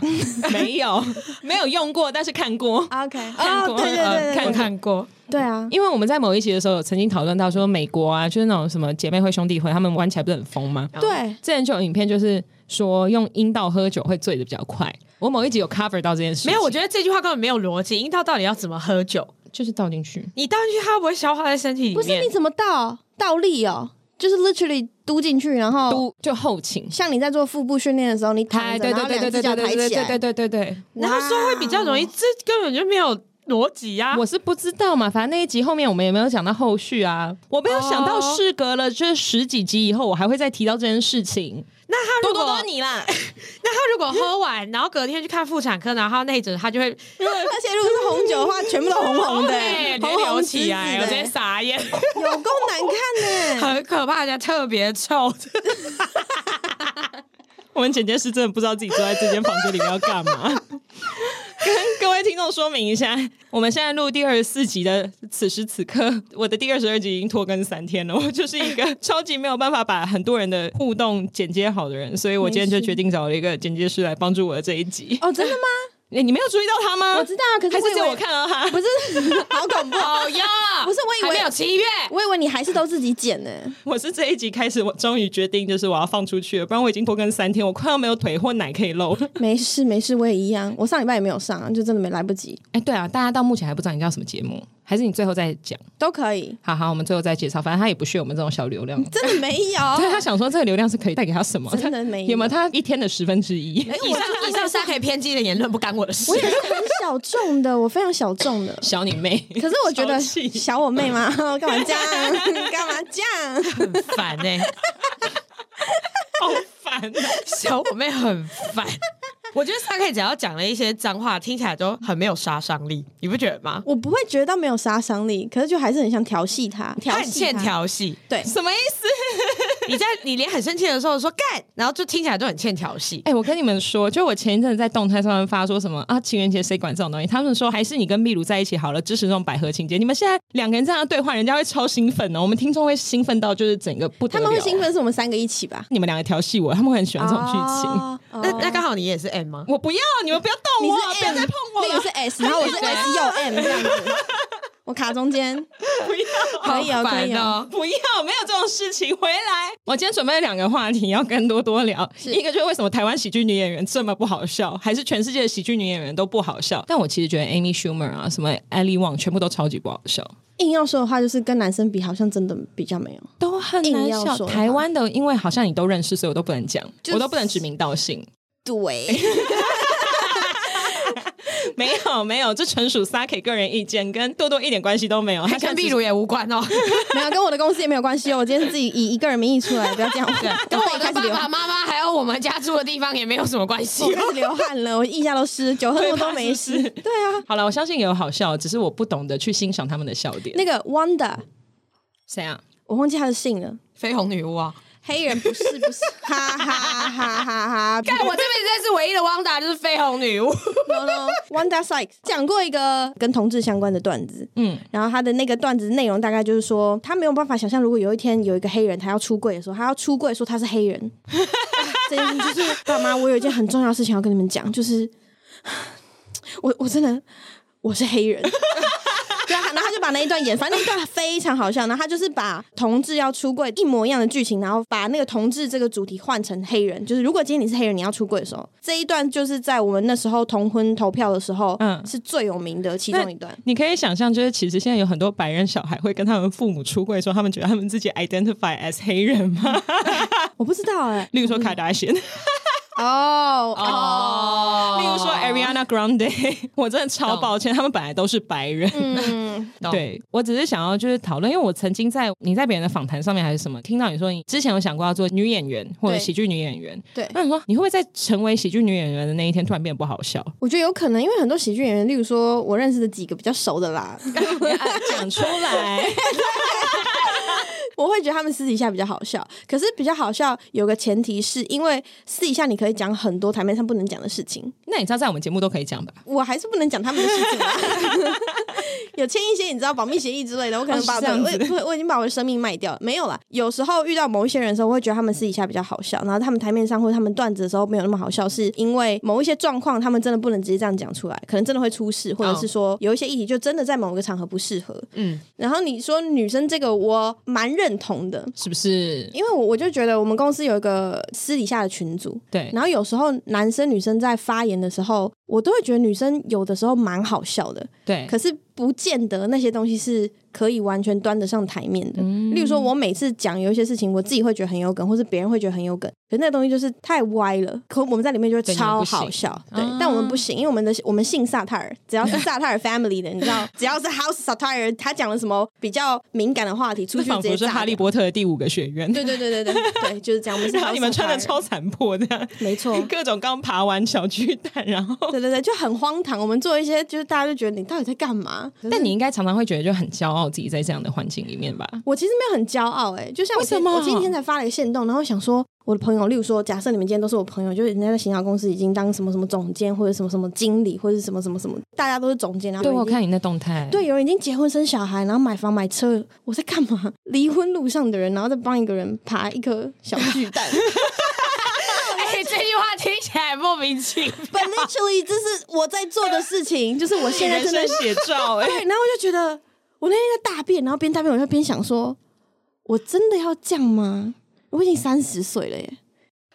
[SPEAKER 3] 没有，没有用过，但是看过。
[SPEAKER 1] ？OK，
[SPEAKER 3] 看
[SPEAKER 1] 哦，
[SPEAKER 3] 过
[SPEAKER 1] 对对
[SPEAKER 3] 呃
[SPEAKER 1] 对对
[SPEAKER 3] 看
[SPEAKER 1] 对，
[SPEAKER 2] 看过。
[SPEAKER 1] 对 啊，
[SPEAKER 3] 因为我们在某一集的时候有曾经讨论到说，美国啊，就是那种什么姐妹会、兄弟会，他们玩起来不是很疯吗？
[SPEAKER 1] 对，
[SPEAKER 3] 之前就有影片，就是说用阴道喝酒会醉的比较快。我某一集有 cover 到这件事情，
[SPEAKER 2] 没有，我觉得这句话根本没有逻辑。阴道到底要怎么喝酒？
[SPEAKER 3] 就是倒进去。
[SPEAKER 2] 你倒进去，它不会消化在身体里
[SPEAKER 1] 不是
[SPEAKER 2] 面
[SPEAKER 1] 你。怎么倒倒立哦？就是 literally 嘟进去，然后
[SPEAKER 3] 都就后倾，
[SPEAKER 1] 像你在做腹部训练的时候，你躺
[SPEAKER 3] 抬
[SPEAKER 1] 着，
[SPEAKER 3] 对
[SPEAKER 1] 然
[SPEAKER 3] 对
[SPEAKER 1] 后
[SPEAKER 3] 对对
[SPEAKER 1] 两
[SPEAKER 3] 对
[SPEAKER 1] 只
[SPEAKER 3] 对
[SPEAKER 1] 脚
[SPEAKER 3] 对
[SPEAKER 1] 抬
[SPEAKER 3] 对
[SPEAKER 1] 起来
[SPEAKER 3] 对，对对对，
[SPEAKER 2] 然后说会比较容易，这根本就没有逻辑啊！
[SPEAKER 3] 我是不知道嘛，反正那一集后面我们也没有讲到后续啊，我没有想到事隔了就是十几集以后，我还会再提到这件事情。
[SPEAKER 2] 那他
[SPEAKER 3] 多
[SPEAKER 2] 如
[SPEAKER 3] 多
[SPEAKER 2] 果
[SPEAKER 3] 多你啦，
[SPEAKER 2] 那他如果喝完，然后隔天去看妇产科，然后那一整他就会
[SPEAKER 1] 而且如果是红酒的话，全部都红 红的，
[SPEAKER 2] 对
[SPEAKER 1] 红
[SPEAKER 2] 流
[SPEAKER 1] 红紫紫
[SPEAKER 2] 起来，我直接
[SPEAKER 1] 的，
[SPEAKER 2] 傻眼，
[SPEAKER 1] 有够难 看呢。
[SPEAKER 2] 很可怕，而且特别臭。
[SPEAKER 3] 我们剪接师真的不知道自己坐在这间房间里面要干嘛。跟各位听众说明一下，我们现在录第二十四集的此时此刻，我的第二十二集已经拖更三天了。我就是一个超级没有办法把很多人的互动剪接好的人，所以我今天就决定找了一个剪接师来帮助我的这一集。
[SPEAKER 1] 哦，真的吗？
[SPEAKER 3] 诶你没有注意到他吗？
[SPEAKER 1] 我知道啊， 可是
[SPEAKER 3] 还
[SPEAKER 1] 我
[SPEAKER 3] 是
[SPEAKER 1] 以
[SPEAKER 3] 只有
[SPEAKER 1] 为
[SPEAKER 3] 我看到他。
[SPEAKER 1] 不是 好恐怖，
[SPEAKER 2] 哦哟，
[SPEAKER 1] 不是我以为
[SPEAKER 2] 还没有七月，
[SPEAKER 1] 我以为你还是都自己剪呢。
[SPEAKER 3] 我是这一集开始，我终于决定就是我要放出去了，不然我已经拖更三天，我快要没有腿或奶可以露。
[SPEAKER 1] 没事没事，我也一样，我上礼拜也没有上啊，就真的没来不及，
[SPEAKER 3] 哎、对啊，大家到目前还不知道你叫什么节目，还是你最后再讲？
[SPEAKER 1] 都可以，
[SPEAKER 3] 好好，我们最后再介绍。反正他也不屑我们这种小流量，
[SPEAKER 1] 真的没有。
[SPEAKER 3] 对他想说这个流量是可以带给他什么？
[SPEAKER 1] 哦真的没有
[SPEAKER 3] 他有没有他一天的十分之一？
[SPEAKER 2] 以上以上三以偏激的言论不干我的事
[SPEAKER 1] 我。也是很小众的，我非常小众 的。
[SPEAKER 3] 小你妹！
[SPEAKER 1] 可是我觉得
[SPEAKER 3] 小气
[SPEAKER 1] 小我妹嘛， 干嘛这样？ 干嘛这样？
[SPEAKER 2] 很烦 哎、
[SPEAKER 3] 好烦
[SPEAKER 2] 哦
[SPEAKER 3] 啊！
[SPEAKER 2] 小我妹很烦。我觉得沙克只要讲了一些脏话，听起来都很没有杀伤力，你不觉得吗？
[SPEAKER 1] 我不会觉得没有杀伤力，可是就还是很想调戏她，调
[SPEAKER 2] 很
[SPEAKER 1] 戏
[SPEAKER 2] 欠
[SPEAKER 1] 她。
[SPEAKER 2] 调戏，
[SPEAKER 1] 对，
[SPEAKER 3] 什么意思？
[SPEAKER 2] 你在你连很生气的时候说干，然后就听起来都很欠调戏。
[SPEAKER 3] 哎、我跟你们说，就我前一阵子在动态上面发说什么啊，情人节谁管这种东西？他们说还是你跟秘鲁在一起好了，支持这种百合情节。你们现在两个人这样的对话，人家会超兴奋哦。我们听众会兴奋到就是整个不得
[SPEAKER 1] 他
[SPEAKER 3] 了
[SPEAKER 1] 们会兴，奋是我们三个一起吧？
[SPEAKER 3] 你们两个调戏我，他们会很喜欢这种剧情。
[SPEAKER 1] 哦哦
[SPEAKER 2] 那那刚好你也是 M 吗？
[SPEAKER 3] 我不要，你们不要动
[SPEAKER 1] 你
[SPEAKER 3] 我，
[SPEAKER 1] 是
[SPEAKER 3] 不要
[SPEAKER 1] M，
[SPEAKER 3] 再碰我
[SPEAKER 1] 那
[SPEAKER 3] 了
[SPEAKER 1] 个是 S，然后 我是 S 又 M 这样子，我卡中间，
[SPEAKER 3] 不要。
[SPEAKER 1] 可以哦，
[SPEAKER 2] 好
[SPEAKER 1] 可以
[SPEAKER 2] 烦
[SPEAKER 1] 哦。
[SPEAKER 2] 哦。
[SPEAKER 3] 不要，没有这种事情。回来，我今天准备了两个话题要跟多多聊，一个就是为什么台湾喜剧女演员这么不好笑，还是全世界的喜剧女演员都不好笑？但我其实觉得 Amy Schumer 啊，什么 Ali Wong 全部都超级不好笑，
[SPEAKER 1] 硬要说的话，就是跟男生比，好像真的比较没有。
[SPEAKER 3] 都很难
[SPEAKER 1] 硬要
[SPEAKER 3] 笑。
[SPEAKER 1] 说的话
[SPEAKER 3] 台湾的，因为好像你都认识，所以我都不能讲，
[SPEAKER 1] 就是
[SPEAKER 3] 我都不能指名道姓。
[SPEAKER 1] 对，
[SPEAKER 3] 没有没有，这纯属 Saki 个人意见，跟多多一点关系都没有。他
[SPEAKER 2] 跟
[SPEAKER 3] 现在
[SPEAKER 2] 壁
[SPEAKER 3] 只
[SPEAKER 2] 炉也无关哦。
[SPEAKER 1] 没有跟我的公司也没有关系哦。我今天是自己以一个人名义出来，不要这样。
[SPEAKER 2] 跟
[SPEAKER 1] 跟
[SPEAKER 2] 我的
[SPEAKER 1] 开始
[SPEAKER 2] 爸
[SPEAKER 1] 流
[SPEAKER 2] 爸
[SPEAKER 1] 汗，
[SPEAKER 2] 妈妈还有我们家住的地方也没有什么关 系
[SPEAKER 1] 我。开始流汗了，我腋下都湿，酒喝那么多没
[SPEAKER 3] 会
[SPEAKER 1] 事
[SPEAKER 3] 怕。是不 是
[SPEAKER 1] 对啊，
[SPEAKER 3] 好了，我相信也有好笑，只是我不懂得去欣赏他们的笑点。
[SPEAKER 1] 那个 Wanda，
[SPEAKER 3] 谁啊？
[SPEAKER 1] 我忘记他的姓了。
[SPEAKER 2] 绯红女巫啊！
[SPEAKER 1] 黑人不是不是， 哈哈哈哈哈
[SPEAKER 2] 干，我这辈子认识唯一的汪达就是绯红女巫。
[SPEAKER 1] ！No no Wanda Sykes 讲过一个跟同志相关的段子，
[SPEAKER 3] 嗯，
[SPEAKER 1] 然后他的那个段子内容大概就是说，他没有办法想象，如果有一天有一个黑人他要出柜的时候，他要出柜说他是黑 人，这件事就是爸妈，我有一件很重要的事情要跟你们讲，就是 我我真的我是黑 人。对啊，然后他就把那一段演，反正那一段非常好笑。然后他就是把同志要出柜一模一样的剧情，然后把那个同志这个主题换成黑人，就是如果今天你是黑人，你要出柜的时候，这一段就是在我们那时候同婚投票的时候，
[SPEAKER 3] 嗯
[SPEAKER 1] 嗯，是最有名的其中一段。
[SPEAKER 3] 你可以想象，就是其实现在有很多白人小孩会跟他们父母出柜，说他们觉得他们自己 identify as 黑人吗？
[SPEAKER 1] 我不知道哎、
[SPEAKER 3] 例如说卡达贤，例
[SPEAKER 1] 哦
[SPEAKER 2] 哦
[SPEAKER 3] 如说 Ariana Grande，我真的超抱歉，他们本来都是白人。
[SPEAKER 1] 嗯，
[SPEAKER 2] 懂
[SPEAKER 3] 对我只是想要就是讨论，因为我曾经在你在别人的访谈上面还是什么，听到你说你之前有想过要做女演员或者
[SPEAKER 1] 对
[SPEAKER 3] 喜剧女演员，
[SPEAKER 1] 对，
[SPEAKER 3] 那你说你会不会在成为喜剧女演员的那一天突然变得不好笑？
[SPEAKER 1] 我觉得有可能，因为很多喜剧演员，例如说我认识的几个比较熟的啦，
[SPEAKER 3] 讲出来，
[SPEAKER 1] 我会觉得他们私底下比较好笑。可是比较好笑有个前提是因为私底下你可以讲很多台面上不能讲的事情，
[SPEAKER 3] 那你知道在我们节目都可以讲吧？
[SPEAKER 1] 我还是不能讲他们的事情啊。 有签一些你知道保密协议之类的，我可能把
[SPEAKER 3] 哦
[SPEAKER 1] 我
[SPEAKER 3] 是这样
[SPEAKER 1] 的我
[SPEAKER 3] 子
[SPEAKER 1] 我我已经把我的生命卖掉了，没有啦。有时候遇到某一些人的时候，我会觉得他们私底下比较好笑，然后他们台面上或者他们段子的时候没有那么好笑，是因为某一些状况他们真的不能直接这样讲出来，可能真的会出事，或者是说有一些议题就真的在某个场合不适合。
[SPEAKER 2] 嗯，
[SPEAKER 1] 然后你说女生这个，我蛮认同的。
[SPEAKER 3] 是不是？
[SPEAKER 1] 因为我我就觉得我们公司有一个私底下的群组，
[SPEAKER 3] 对，
[SPEAKER 1] 然后有时候男生女生在发言的时候，我都会觉得女生有的时候蛮好笑的，
[SPEAKER 3] 对，
[SPEAKER 1] 可是不见得那些东西是可以完全端得上台面的。
[SPEAKER 3] 嗯
[SPEAKER 1] 例如说，我每次讲有一些事情，我自己会觉得很有梗，或是别人会觉得很有梗，可是那东西就是太歪了。可我们嗯在里面就会
[SPEAKER 3] 对
[SPEAKER 1] 超
[SPEAKER 3] 你们不行
[SPEAKER 1] 好笑，对，
[SPEAKER 3] 啊
[SPEAKER 1] 但我们不行，因为我们的我们姓萨泰尔，只要是萨泰尔 family 的，你知 道，只要是 House 萨泰尔，他讲了什么比较敏感的话题，出
[SPEAKER 3] 这
[SPEAKER 1] 去
[SPEAKER 3] 仿
[SPEAKER 1] 直
[SPEAKER 3] 佛
[SPEAKER 1] 接
[SPEAKER 3] 是
[SPEAKER 1] 炸
[SPEAKER 3] 哈利
[SPEAKER 1] 掉。
[SPEAKER 3] 波特的第五个学 院，
[SPEAKER 1] 对对对对对对，就是这样。我 们是
[SPEAKER 3] 然后
[SPEAKER 1] House
[SPEAKER 3] 你们穿的
[SPEAKER 1] Satire
[SPEAKER 3] 超残破这样，
[SPEAKER 1] 没错，
[SPEAKER 3] 各种刚爬完小巨蛋，然后。
[SPEAKER 1] 对对对，就很荒唐。我们做一些，就是大家就觉得你到底在干嘛？可是
[SPEAKER 3] 但你应该常常会觉得就很骄傲自己在这样的环境里面吧？
[SPEAKER 1] 我其实没有很骄傲哎、就像我
[SPEAKER 3] 为什
[SPEAKER 1] 今
[SPEAKER 3] 么
[SPEAKER 1] 我今天才发了一个线动，然后想说我的朋友，例如说，假设你们今天都是我朋友，就是人家在行销公司已经当什么什么总监或者什么什么经理或者什么什么什么，大家都是总监，然后
[SPEAKER 3] 对
[SPEAKER 1] 有
[SPEAKER 3] 我
[SPEAKER 1] 人已经
[SPEAKER 3] 看你那动态，
[SPEAKER 1] 对，有人已经结婚生小孩，然后买房买车，我在干嘛？离婚路上的人，然后再帮一个人爬一颗小巨 蛋
[SPEAKER 2] 哎，这句话听起来莫名其妙。
[SPEAKER 1] ，But literally，这是我在做的事情，就是我现在
[SPEAKER 3] 人
[SPEAKER 1] 正在
[SPEAKER 3] 生写 照哎、
[SPEAKER 1] 对，然后我就觉得，我那天在大便，然后边大便我就边想说，我真的要这样吗？我已经三十岁了耶！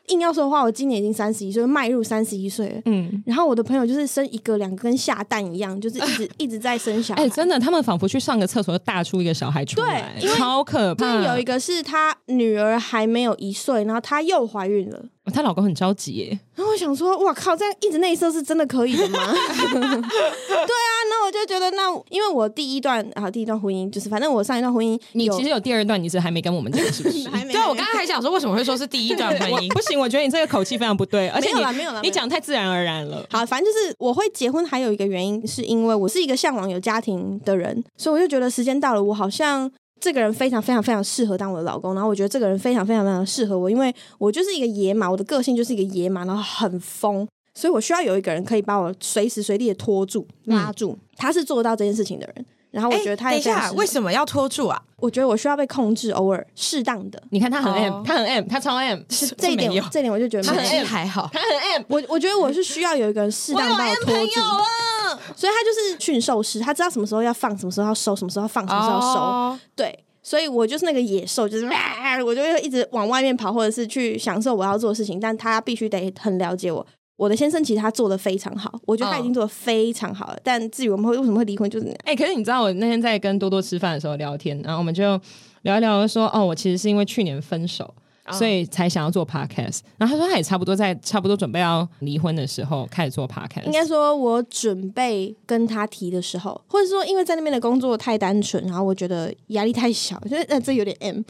[SPEAKER 1] 硬要说的话，我今年已经三十一岁，迈入三十一岁了。
[SPEAKER 3] 嗯，
[SPEAKER 1] 然后我的朋友就是生一个、两个，跟下蛋一样，就是一直 一直在生小孩。
[SPEAKER 3] 哎、真的，他们仿佛去上个厕所就大出一个小孩出来，
[SPEAKER 1] 对因为
[SPEAKER 3] 超可
[SPEAKER 1] 就
[SPEAKER 3] 怕。
[SPEAKER 1] 有一个是她女儿还没有一岁，然后她又怀孕了。
[SPEAKER 3] 哦她老公很着急耶，
[SPEAKER 1] 然后我想说，哇靠，这样一直内射是真的可以的吗？ 对啊，那我就觉得，那因为我第一段啊，第一段婚姻就是，反正我上一段婚姻
[SPEAKER 3] 你
[SPEAKER 1] 有
[SPEAKER 3] 其实啊有第二段，你是还没跟我们讲，是不 是？
[SPEAKER 1] 还没
[SPEAKER 2] 对，啊我刚刚还想说，为什么会说是第一段婚
[SPEAKER 3] 我
[SPEAKER 2] 姻？
[SPEAKER 3] 不行，我觉得你这个口气非常不对，而且
[SPEAKER 1] 没
[SPEAKER 3] 你
[SPEAKER 1] 有啦没有啦
[SPEAKER 3] 你讲太自然而然了。
[SPEAKER 1] 好，反正就是我会结婚，还有一个原因是因为我是一个向往有家庭的人，所以我就觉得时间到了，我好像这个人非常非常非常适合当我的老公，然后我觉得这个人非常非常非常适合我，因为我就是一个野马，我的个性就是一个野马，然后很疯。所以我需要有一个人可以把我随时随地的拖住、拉住，他是做到这件事情的人。然后我觉得他
[SPEAKER 2] 啊等
[SPEAKER 1] 也
[SPEAKER 2] 一
[SPEAKER 1] 非常适合、
[SPEAKER 2] 下，为什么要拖住啊？
[SPEAKER 1] 我觉得我需要被控制，偶尔适当的
[SPEAKER 3] 你看他很 M，、
[SPEAKER 2] 哦
[SPEAKER 3] 他很 M，他超 M，
[SPEAKER 1] 这一点
[SPEAKER 3] 没有，，
[SPEAKER 1] 这一点我就觉得
[SPEAKER 2] 嗯
[SPEAKER 3] 他
[SPEAKER 1] 没
[SPEAKER 3] 很
[SPEAKER 1] 有
[SPEAKER 3] 爱
[SPEAKER 2] 还好，
[SPEAKER 3] 他很 M。
[SPEAKER 1] 我我觉得我是需要有一个人适当把我拖住。
[SPEAKER 3] 啊，
[SPEAKER 1] 所以他就是驯兽师，他知道什么时候要放，什么时候要收，什么时候要放，什么时候要收。
[SPEAKER 2] 哦
[SPEAKER 1] 对，所以我就是那个野兽，就是、啊、我就会一直往外面跑，或者是去享受我要做的事情，但他必须得很了解我。我的先生其实他做的非常好，我觉得他已经做的非常好了。但至于我们会为什么会离婚，就是那样
[SPEAKER 3] 哎、可是你知道我那天在跟多多吃饭的时候聊天，然后我们就聊一聊，说哦，我其实是因为去年分手，
[SPEAKER 2] 嗯
[SPEAKER 3] 所以才想要做 podcast。然后他说他也差不多在差不多准备要离婚的时候开始做 podcast，
[SPEAKER 1] 应该说，我准备跟他提的时候，或者说因为在那边的工作太单纯，然后我觉得压力太小，就是呃，这有点 M。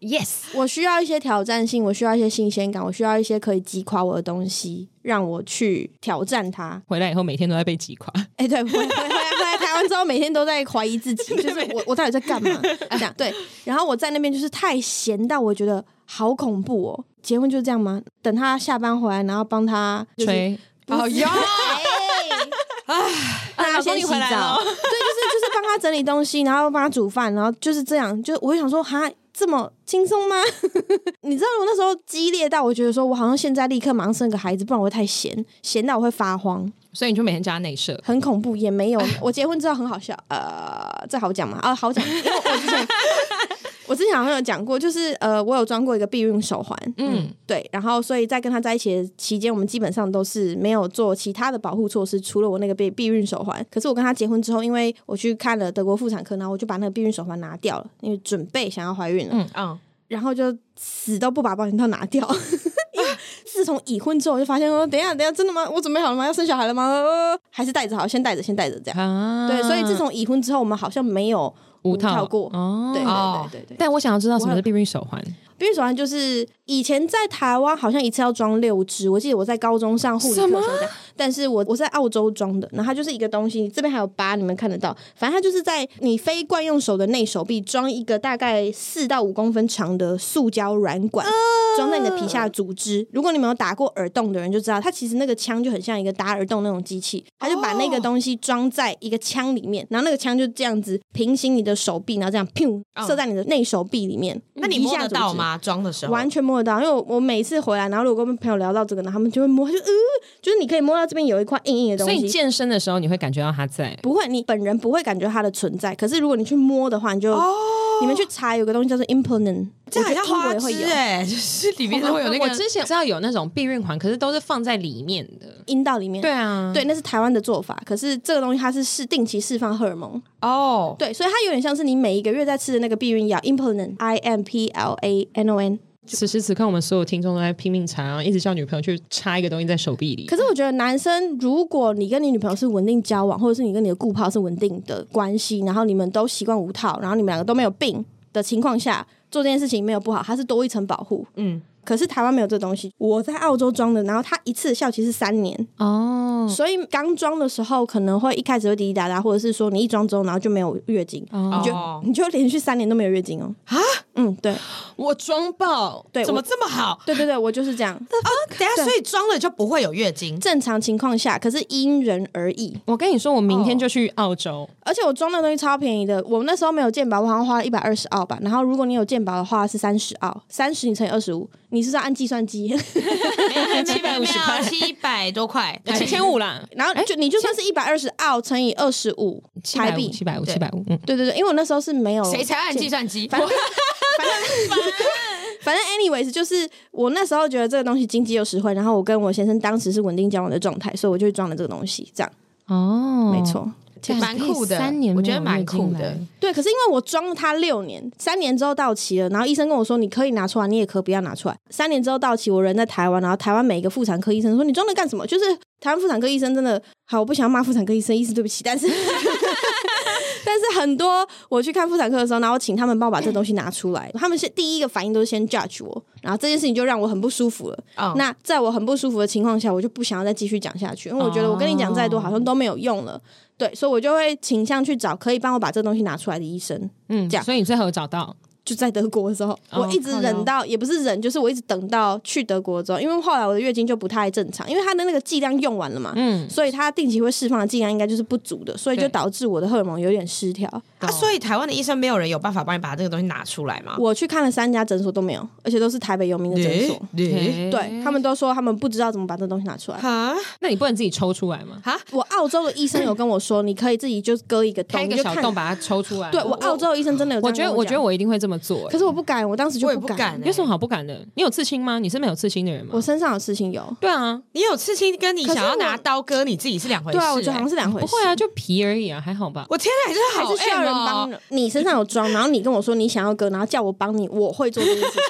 [SPEAKER 2] Yes，
[SPEAKER 1] 我需要一些挑战性，我需要一些新鲜感，我需要一些可以击垮我的东西，让我去挑战它。
[SPEAKER 3] 回来以后每天都在被击垮。
[SPEAKER 1] 哎、 对，回回回来回来台湾之后，每天都在怀疑自己，就是我我到底在干嘛？这样对。然后我在那边就是太闲到我觉得好恐怖哦。结婚就是这样吗？等他下班回来，然后帮他就是
[SPEAKER 3] 吹，
[SPEAKER 2] 哦哟，
[SPEAKER 1] 哎 让他
[SPEAKER 3] 老公
[SPEAKER 1] 先
[SPEAKER 3] 你
[SPEAKER 1] 洗
[SPEAKER 3] 回来
[SPEAKER 1] 澡，
[SPEAKER 3] 了
[SPEAKER 1] 对，就是就是帮他整理东西，然后帮他煮饭，然后就是这样。就我就想说，哈，这么轻松吗？ 你知道我那时候激烈到我觉得说，我好像现在立刻马上生个孩子，不然我会太闲，闲到我会发慌，
[SPEAKER 3] 所以你就每天加内射。
[SPEAKER 1] 很恐怖。也没有，我结婚之后很好笑，呃，这好讲吗？啊，好讲，因为我之前 我之前好像有讲过，就是呃，我有装过一个避孕手环，
[SPEAKER 3] 嗯，
[SPEAKER 1] 对，然后所以在跟他在一起的期间，我们基本上都是没有做其他的保护措施，除了我那个避避孕手环。可是我跟他结婚之后，因为我去看了德国妇产科，然后我就把那个避孕手环拿掉了，因为准备想要怀孕了，
[SPEAKER 3] 嗯
[SPEAKER 2] 嗯，
[SPEAKER 1] 然后就死都不把保险套拿掉。因 为自从已婚之后，我就发现说，等一下，等一下，真的吗？我准备好了吗？要生小孩了吗？呃还是带着好，先带着，先带着这样。
[SPEAKER 3] 啊
[SPEAKER 1] 对，所以自从已婚之后，我们好像没有
[SPEAKER 3] 无
[SPEAKER 1] 套
[SPEAKER 3] 套
[SPEAKER 1] 过。
[SPEAKER 3] 哦
[SPEAKER 1] 对对
[SPEAKER 2] 哦
[SPEAKER 1] 对对对。
[SPEAKER 3] 但我想要知道什么是避孕手环，
[SPEAKER 1] 避孕手环就是以前在台湾好像一次要装六支，我记得我在高中上护理课的时候这样，但是我我在澳洲装的，然后它就是一个东西，这边还有疤，你们看得到，反正它就是在你非惯用手的内手臂装一个大概四到五公分长的塑胶软管，
[SPEAKER 2] 啊
[SPEAKER 1] 装在你的皮下组织。如果你们有打过耳洞的人就知道，它其实那个枪就很像一个打耳洞那种机器，它就把那个东西装在一个枪里面，然后那个枪就这样子平行你的手臂，然后这样砰
[SPEAKER 2] 嗯
[SPEAKER 1] 射在你的内手臂里面。
[SPEAKER 2] 那你
[SPEAKER 1] 皮
[SPEAKER 2] 哦摸
[SPEAKER 1] 下
[SPEAKER 2] 得
[SPEAKER 1] 组织
[SPEAKER 2] 到？吗？装的时候
[SPEAKER 1] 完全摸得到，因为我我每次回来，然后如果跟朋友聊到这个呢，他们就会摸，他就呃，就是你可以摸到这边有一块硬硬的东
[SPEAKER 3] 所以你
[SPEAKER 1] 西。
[SPEAKER 3] 健身的时候你会感觉到它在。
[SPEAKER 1] 不会，你本人不会感觉它的存在。可是如果你去摸的话，你就、你们去查有个东西叫做 implant，
[SPEAKER 2] 哦这好
[SPEAKER 1] 哦我觉
[SPEAKER 2] 像
[SPEAKER 1] 得英国
[SPEAKER 2] 花
[SPEAKER 1] 也会啊
[SPEAKER 2] 枝
[SPEAKER 1] 有
[SPEAKER 2] 哎，就是里面都会有那
[SPEAKER 3] 我
[SPEAKER 2] 个
[SPEAKER 3] 之前知道有那种避孕环，可是都是放在里面的。
[SPEAKER 1] 阴道里面。
[SPEAKER 3] 对啊，
[SPEAKER 1] 对，那是台湾的做法。可是这个东西它是是定期释放荷尔蒙，
[SPEAKER 2] 哦，
[SPEAKER 1] 对，所以它有点像是你每一个月在吃的那个避孕药 implant i m p l a n o n。
[SPEAKER 3] 此时此刻，我们所有听众都在拼命查，然后一直叫女朋友去插一个东西在手臂里。
[SPEAKER 1] 可是我觉得男生，如果你跟你女朋友是稳定交往，或者是你跟你的顾炮是稳定的关系，然后你们都习惯无套，然后你们两个都没有病的情况下，做这件事情没有不好，它是多一层保护。
[SPEAKER 2] 嗯，
[SPEAKER 1] 可是台湾没有这东西，我在澳洲装的，然后它一次效期是三年，
[SPEAKER 3] 哦
[SPEAKER 1] 所以刚装的时候可能会一开始会滴滴答答，或者是说你一装之后，然后就没有月经，
[SPEAKER 3] 哦，
[SPEAKER 1] 你就、
[SPEAKER 2] 哦
[SPEAKER 1] 你就连续三年都没有月经哦。啊，嗯，对
[SPEAKER 3] 我装爆，
[SPEAKER 1] 对，
[SPEAKER 2] 怎么
[SPEAKER 1] 我
[SPEAKER 2] 这么好？
[SPEAKER 1] 对对对，我就是这样。
[SPEAKER 2] 等一下，
[SPEAKER 1] 对
[SPEAKER 2] 所以装了就不会有月经
[SPEAKER 1] 正常情况下，可是因人而异。
[SPEAKER 3] 我跟你说，我明天就去 澳洲。
[SPEAKER 1] 而且我装的东西超便宜的，我那时候没有鉴宝，我好像花了一百二十澳吧。然后如果你有鉴宝的话是三十澳，三十你乘以二十五，你是不是要按计算机？
[SPEAKER 3] 750块
[SPEAKER 2] 七百多块，
[SPEAKER 3] 七千五啦，
[SPEAKER 1] 然后就、你就算是一百二十澳乘以二十五台币，
[SPEAKER 3] 七百五，
[SPEAKER 2] 对
[SPEAKER 3] 七百五，嗯，
[SPEAKER 1] 对对对，因为我那时候是没有
[SPEAKER 2] 谁才按计算机？
[SPEAKER 1] 反正反正反正，anyways，就是我那时候觉得这个东西经济又实惠，然后我跟我先生当时是稳定交往的状态，所以我就装了这个东西，这样、
[SPEAKER 3] 哦
[SPEAKER 1] 没，错。
[SPEAKER 3] 这样
[SPEAKER 2] 蛮
[SPEAKER 3] 可以
[SPEAKER 2] 酷的
[SPEAKER 3] 三年
[SPEAKER 2] 我觉
[SPEAKER 3] 没有
[SPEAKER 2] 得蛮
[SPEAKER 3] 月经
[SPEAKER 2] 酷的
[SPEAKER 3] 来
[SPEAKER 1] 对，可是因为我装了它六年，三年之后到期了，然后医生跟我说你可以拿出来，你也可以不要拿出来。三年之后到期，我人在台湾，然后台湾每一个妇产科医生说你装了干什么？就是台湾妇产科医生真的好，我不想要骂妇产科医生，医生对不起，但是 但是很多我去看妇产科的时候，然后请他们帮我把这东西拿出来，他们先第一个反应都是先 judge 我，然后这件事情就让我很不舒服了。
[SPEAKER 2] 哦
[SPEAKER 1] 那在我很不舒服的情况下，我就不想要再继续讲下去，因为我觉得我跟你讲再多好像都没有用了。对，所以我就会倾向去找可以帮我把这东西拿出来的医生。
[SPEAKER 3] 嗯，
[SPEAKER 1] 这样
[SPEAKER 3] 所以你最后有找到，
[SPEAKER 1] 就在德国的时候，
[SPEAKER 3] 哦
[SPEAKER 1] 我一直忍到，也不是忍，就是我一直等到去德国之后，因为后来我的月经就不太正常，因为它的那个剂量用完了嘛，
[SPEAKER 3] 嗯，
[SPEAKER 1] 所以它定期会释放的剂量应该就是不足的，所以就
[SPEAKER 3] 对
[SPEAKER 1] 导致我的荷尔蒙有点失调。
[SPEAKER 2] 啊，所以台湾的医生没有人有办法帮你把这个东西拿出来吗？
[SPEAKER 1] 我去看了三家诊所都没有，而且都是台北有名的诊所。
[SPEAKER 3] 嗯
[SPEAKER 2] 你
[SPEAKER 1] 对他们都说他们不知道怎么把这东西拿出来。
[SPEAKER 2] 啊，
[SPEAKER 3] 那你不能自己抽出来吗？
[SPEAKER 1] 我澳洲的医生有跟我说，你可以自己就割一个洞，
[SPEAKER 3] 开一
[SPEAKER 1] 你
[SPEAKER 3] 个
[SPEAKER 1] 就
[SPEAKER 3] 小
[SPEAKER 1] 看
[SPEAKER 3] 洞。把它抽出来。
[SPEAKER 1] 对我澳洲的医生真的有这
[SPEAKER 3] 我
[SPEAKER 1] 样
[SPEAKER 3] 觉
[SPEAKER 1] 跟
[SPEAKER 3] 得，
[SPEAKER 1] 我
[SPEAKER 3] 我觉得
[SPEAKER 1] 讲，
[SPEAKER 3] 我一定会这么做。
[SPEAKER 1] 可是我不敢，我当时就
[SPEAKER 2] 我也
[SPEAKER 1] 不
[SPEAKER 2] 不
[SPEAKER 1] 敢。
[SPEAKER 2] 敢欸。
[SPEAKER 3] 有什么好不敢的？你有刺青吗？你是没有刺青的人吗
[SPEAKER 1] 我？身上的事情有，
[SPEAKER 3] 对啊，
[SPEAKER 2] 你有刺青，跟你
[SPEAKER 1] 可是
[SPEAKER 2] 想要拿
[SPEAKER 1] 我
[SPEAKER 2] 刀割你自己是两回事。
[SPEAKER 1] 对啊，我觉得好像
[SPEAKER 2] 欸
[SPEAKER 1] 是两回
[SPEAKER 3] 不
[SPEAKER 1] 事。
[SPEAKER 3] 会啊，就皮而已啊，还好吧。
[SPEAKER 2] 我天哪，你真的
[SPEAKER 1] 还
[SPEAKER 2] 好
[SPEAKER 1] 是需要人
[SPEAKER 3] 啊
[SPEAKER 2] M 哦
[SPEAKER 1] 帮。你身上有装，然后你跟我说你想要割，然后叫我帮你，我会做这件事情。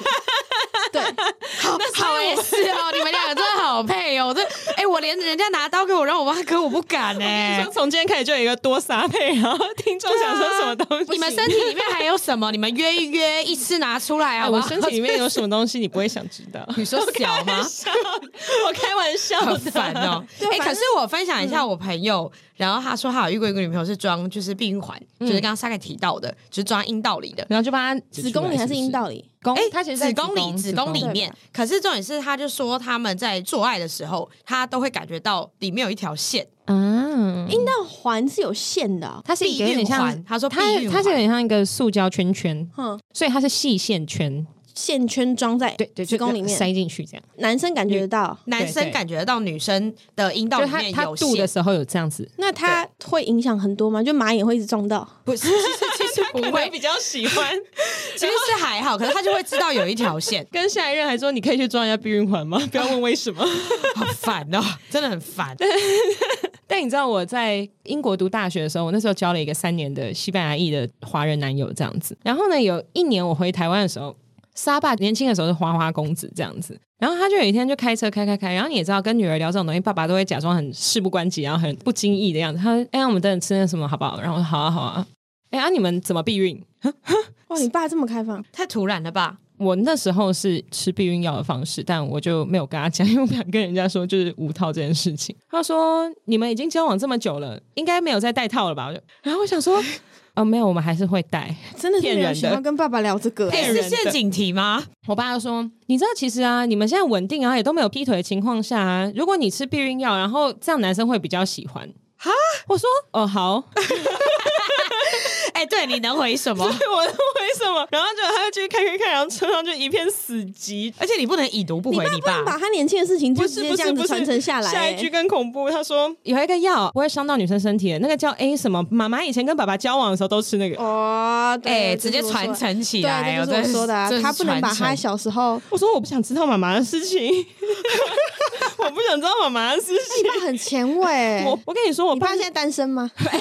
[SPEAKER 1] 对，
[SPEAKER 2] 好哎、是哦，你们两个真的好配哦！我这哎、我连人家拿刀给我让我挖 割，我不敢哎、
[SPEAKER 3] 说从今天开始就有一个多撒配，然后听众想说什么东西？
[SPEAKER 1] 啊
[SPEAKER 2] 你们身体里面还有什么？你们约一约，一次拿出来
[SPEAKER 3] 哎
[SPEAKER 2] 啊！
[SPEAKER 3] 我身体里面有什么东西你不会想知 道？
[SPEAKER 2] 你说小 吗？
[SPEAKER 3] 我开玩笑
[SPEAKER 2] 很
[SPEAKER 3] 的，
[SPEAKER 2] 烦哦。
[SPEAKER 1] 对
[SPEAKER 2] 哎、
[SPEAKER 1] 反
[SPEAKER 2] 可
[SPEAKER 1] 正
[SPEAKER 2] 是我分享一下我朋友，然后他说他有遇过一个女朋友是装就是避孕环，就是刚刚沙凯提到的，就是装阴道里的。
[SPEAKER 3] 然后就把它
[SPEAKER 1] 子宫里还是阴道里？
[SPEAKER 3] 宫
[SPEAKER 2] 哎，
[SPEAKER 3] 哦它其实在
[SPEAKER 2] 子宫里，子宫里
[SPEAKER 1] 对
[SPEAKER 2] 面
[SPEAKER 1] 吧。
[SPEAKER 2] 可是重点是，他就说他们在做爱的时候，他都会感觉到里面有一条线，
[SPEAKER 3] 啊，
[SPEAKER 1] 阴道环是有线的哦，
[SPEAKER 3] 它是一个有点
[SPEAKER 2] 避孕
[SPEAKER 3] 像
[SPEAKER 2] 环，他说
[SPEAKER 3] 它
[SPEAKER 2] 避孕
[SPEAKER 3] 它是有
[SPEAKER 2] 环
[SPEAKER 3] 点像一个塑胶圈圈，
[SPEAKER 1] 哼，
[SPEAKER 3] 所以它是细线圈，
[SPEAKER 1] 线圈装在
[SPEAKER 3] 对对，
[SPEAKER 1] 子
[SPEAKER 3] 就
[SPEAKER 1] 宫里面，
[SPEAKER 3] 塞嗯进去这样。
[SPEAKER 1] 男生感觉得到。
[SPEAKER 2] 男
[SPEAKER 3] 对
[SPEAKER 2] 生
[SPEAKER 3] 对
[SPEAKER 2] 感觉得到女生的阴道
[SPEAKER 3] 就
[SPEAKER 2] 里
[SPEAKER 3] 它
[SPEAKER 2] 面
[SPEAKER 3] 它
[SPEAKER 2] 有
[SPEAKER 3] 度的
[SPEAKER 2] 线，
[SPEAKER 3] 时候有这样子，
[SPEAKER 1] 那它会影响很多吗？就马眼会一直撞到？
[SPEAKER 2] 不 是，其实其实不会，
[SPEAKER 3] 较喜欢。，
[SPEAKER 2] 其实是还好，可是他就会知道有一条线
[SPEAKER 3] 跟下一任还说，你可以去装一下避孕环吗？不要问为什么。
[SPEAKER 2] 好烦哦，真的很烦。
[SPEAKER 3] 但你知道我在英国读大学的时候，我那时候交了一个三年的西班牙裔的华人男友这样子。然后呢，有一年我回台湾的时候，沙爸年轻的时候是花花公子这样子。然后他就有一天就开车开开开，然后你也知道跟女儿聊这种东西，爸爸都会假装很事不关己，然后很不经意的样子。他说：“哎、我们等等吃那什么好不好？”然后我说：“好啊，好啊。哎、啊，你们怎么避孕？
[SPEAKER 1] 哇，你爸这么开放，
[SPEAKER 2] 太突然了吧？
[SPEAKER 3] 我那时候是吃避孕药的方式，但我就没有跟他讲，因为我不想跟人家说就是无套这件事情。他说：“你们已经交往这么久了，应该没有再戴套了吧？”我就，然后我想说：“哦，没有，我们还是会戴。
[SPEAKER 1] 真的是
[SPEAKER 3] 骗
[SPEAKER 1] 没
[SPEAKER 3] 人
[SPEAKER 1] 有
[SPEAKER 3] 的
[SPEAKER 1] 想要跟爸爸聊这个、
[SPEAKER 2] 哎，
[SPEAKER 3] 骗
[SPEAKER 2] 是
[SPEAKER 3] 人的
[SPEAKER 2] 陷阱题吗？”
[SPEAKER 3] 我爸就说：“你知道，其实啊，你们现在稳定啊，也都没有劈腿的情况下啊，如果你吃避孕药，然后这样男生会比较喜欢。”
[SPEAKER 2] 哈，
[SPEAKER 3] 我说：“哦，好。”
[SPEAKER 2] 哎，对，你能回什么？
[SPEAKER 3] 对，我为什么？然后就他就继续开开开，然后车上就一片死寂。
[SPEAKER 2] 而且你不能已读不
[SPEAKER 1] 你
[SPEAKER 2] 回
[SPEAKER 1] 爸
[SPEAKER 2] 你
[SPEAKER 1] 不
[SPEAKER 2] 爸
[SPEAKER 1] 能，把他年轻的事情就
[SPEAKER 3] 不
[SPEAKER 1] 直
[SPEAKER 3] 是
[SPEAKER 1] 接
[SPEAKER 3] 不
[SPEAKER 1] 这
[SPEAKER 3] 是
[SPEAKER 1] 样
[SPEAKER 3] 不
[SPEAKER 1] 子
[SPEAKER 3] 是，
[SPEAKER 1] 传承下来、欸
[SPEAKER 3] 下一欸句更恐怖，他说有一个药不会伤到女生身体的，那个叫 A 什么？妈妈以前跟爸爸交往的时候都吃那个。
[SPEAKER 1] 哦，对
[SPEAKER 2] 哎，直接传。承起
[SPEAKER 1] 对，
[SPEAKER 2] 来
[SPEAKER 1] 这就
[SPEAKER 2] 哦，
[SPEAKER 1] 是我说的、啊
[SPEAKER 2] 这，是
[SPEAKER 1] 他不能把
[SPEAKER 2] 传
[SPEAKER 1] 他
[SPEAKER 2] 承
[SPEAKER 1] 小时候，
[SPEAKER 3] 我说我不想知道妈妈的事情，我不想知道妈妈的事
[SPEAKER 1] 你
[SPEAKER 3] 情。
[SPEAKER 1] 爸很前卫。
[SPEAKER 3] 我我跟你说，我
[SPEAKER 1] 你爸
[SPEAKER 3] 爸
[SPEAKER 1] 现在单身吗？
[SPEAKER 2] 哎、不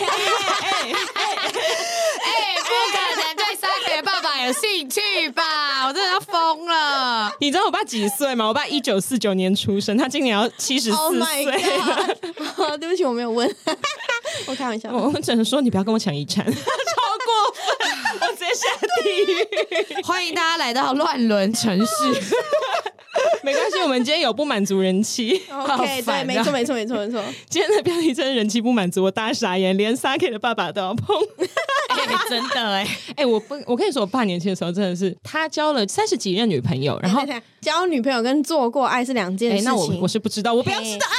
[SPEAKER 2] 可能对三姐爸爸有兴趣吧？我真的要疯了！
[SPEAKER 3] 你知道我爸几岁吗？我爸一九四九年出生，他今年要七 十
[SPEAKER 1] Oh
[SPEAKER 3] 四
[SPEAKER 1] my
[SPEAKER 3] 岁。
[SPEAKER 1] god！对不起，我没有问，我开玩笑。
[SPEAKER 3] 我我只能说，你不要跟我抢遗产，超 过分，我直接下地狱。
[SPEAKER 2] 欢迎大家来到乱伦城市，
[SPEAKER 3] 没关系，我们今天有不满足人气。
[SPEAKER 1] OK，
[SPEAKER 2] 烦
[SPEAKER 1] 对，没
[SPEAKER 2] 啊
[SPEAKER 1] 错，没错，没错， 没错。
[SPEAKER 3] 今天的标题真是人气不满足，我大傻眼，连 Saki 的爸爸都要碰。
[SPEAKER 2] 哎、真的哎、
[SPEAKER 3] 哎、我不，我跟你说，我爸年轻的时候真的是，他交了三十几任女朋友，然后
[SPEAKER 1] 哎，等一下交女朋友跟做过爱是两件
[SPEAKER 3] 哎、
[SPEAKER 1] 事情。
[SPEAKER 3] 那我我是不知道，我不要
[SPEAKER 1] 嘿
[SPEAKER 3] 知
[SPEAKER 2] 哎
[SPEAKER 3] 道啊，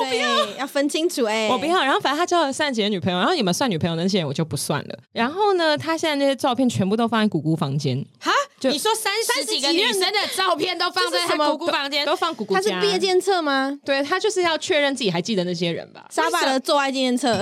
[SPEAKER 3] 我不要。
[SPEAKER 1] 对，要分清楚。哎，
[SPEAKER 3] 我不。要，然后反正他交了三十几个女朋友，然后你们算女朋友那些人我就不算了。然后呢，他现在那些照片全部都放在姑姑房间，
[SPEAKER 2] 哈，
[SPEAKER 3] 就
[SPEAKER 2] 你说三十几个女生的照片都放在
[SPEAKER 3] 什
[SPEAKER 2] 他
[SPEAKER 3] 么
[SPEAKER 2] 姑姑房间
[SPEAKER 3] 都，放姑姑
[SPEAKER 1] 他
[SPEAKER 3] 家。
[SPEAKER 1] 是毕业纪念册吗？
[SPEAKER 3] 对他就是要确认自己还记得那些人吧。
[SPEAKER 1] 沙爸的做爱纪念 册，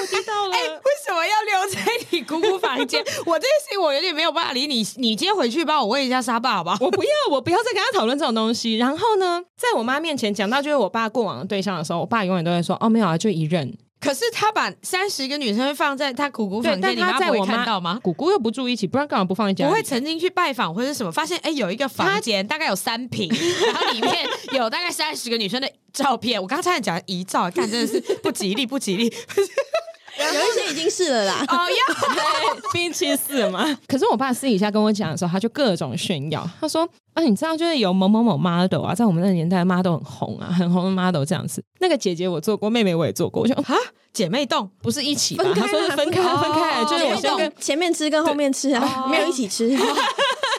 [SPEAKER 3] 我知道了，
[SPEAKER 2] 为什么要留在你姑姑房 间？我这件事情我有点没有办法理你，你今天回去帮我问一下沙爸好不好？
[SPEAKER 3] 我不要，我不要再跟他讨论这种东西。然后呢，在我妈面前讲到就是我爸过往的对象的时候，我爸永远都会说：“哦，没有啊，就一任。”
[SPEAKER 2] 可是他把三十个女生放在他姑姑
[SPEAKER 3] 对，
[SPEAKER 2] 房
[SPEAKER 3] 但
[SPEAKER 2] 间，你妈
[SPEAKER 3] 他在
[SPEAKER 2] 不会
[SPEAKER 3] 我妈
[SPEAKER 2] 看到吗？
[SPEAKER 3] 姑姑又不住一起，不然干嘛不放在家
[SPEAKER 2] 不
[SPEAKER 3] 里？
[SPEAKER 2] 会曾经去拜访或者是什么，发现哎、有一个房间大概有 三平，然后里面有大概三十个女生的照片。我刚才讲遗照，看真的是不吉利，不吉利。
[SPEAKER 1] 有一些已经是了 啦。
[SPEAKER 3] 啊
[SPEAKER 2] 哦呀，
[SPEAKER 3] 冰七四嘛。 可是我爸私底下跟我讲的时候，他就各种炫耀，他说：“啊，你知道就是有某某某 model 啊，在我们那个年代的 model 很红啊，很红的 model 这样子。那个姐姐我做过，妹妹我也做过，我就、嗯
[SPEAKER 2] 啊，姐妹洞，
[SPEAKER 3] 不是一起吧？”
[SPEAKER 1] 分开
[SPEAKER 3] 他
[SPEAKER 1] 啦
[SPEAKER 3] 说是分开，
[SPEAKER 1] 分
[SPEAKER 3] 分开，
[SPEAKER 2] 哦
[SPEAKER 3] 就是我先跟。哦
[SPEAKER 1] 前面吃跟后面吃啊，没有一起吃，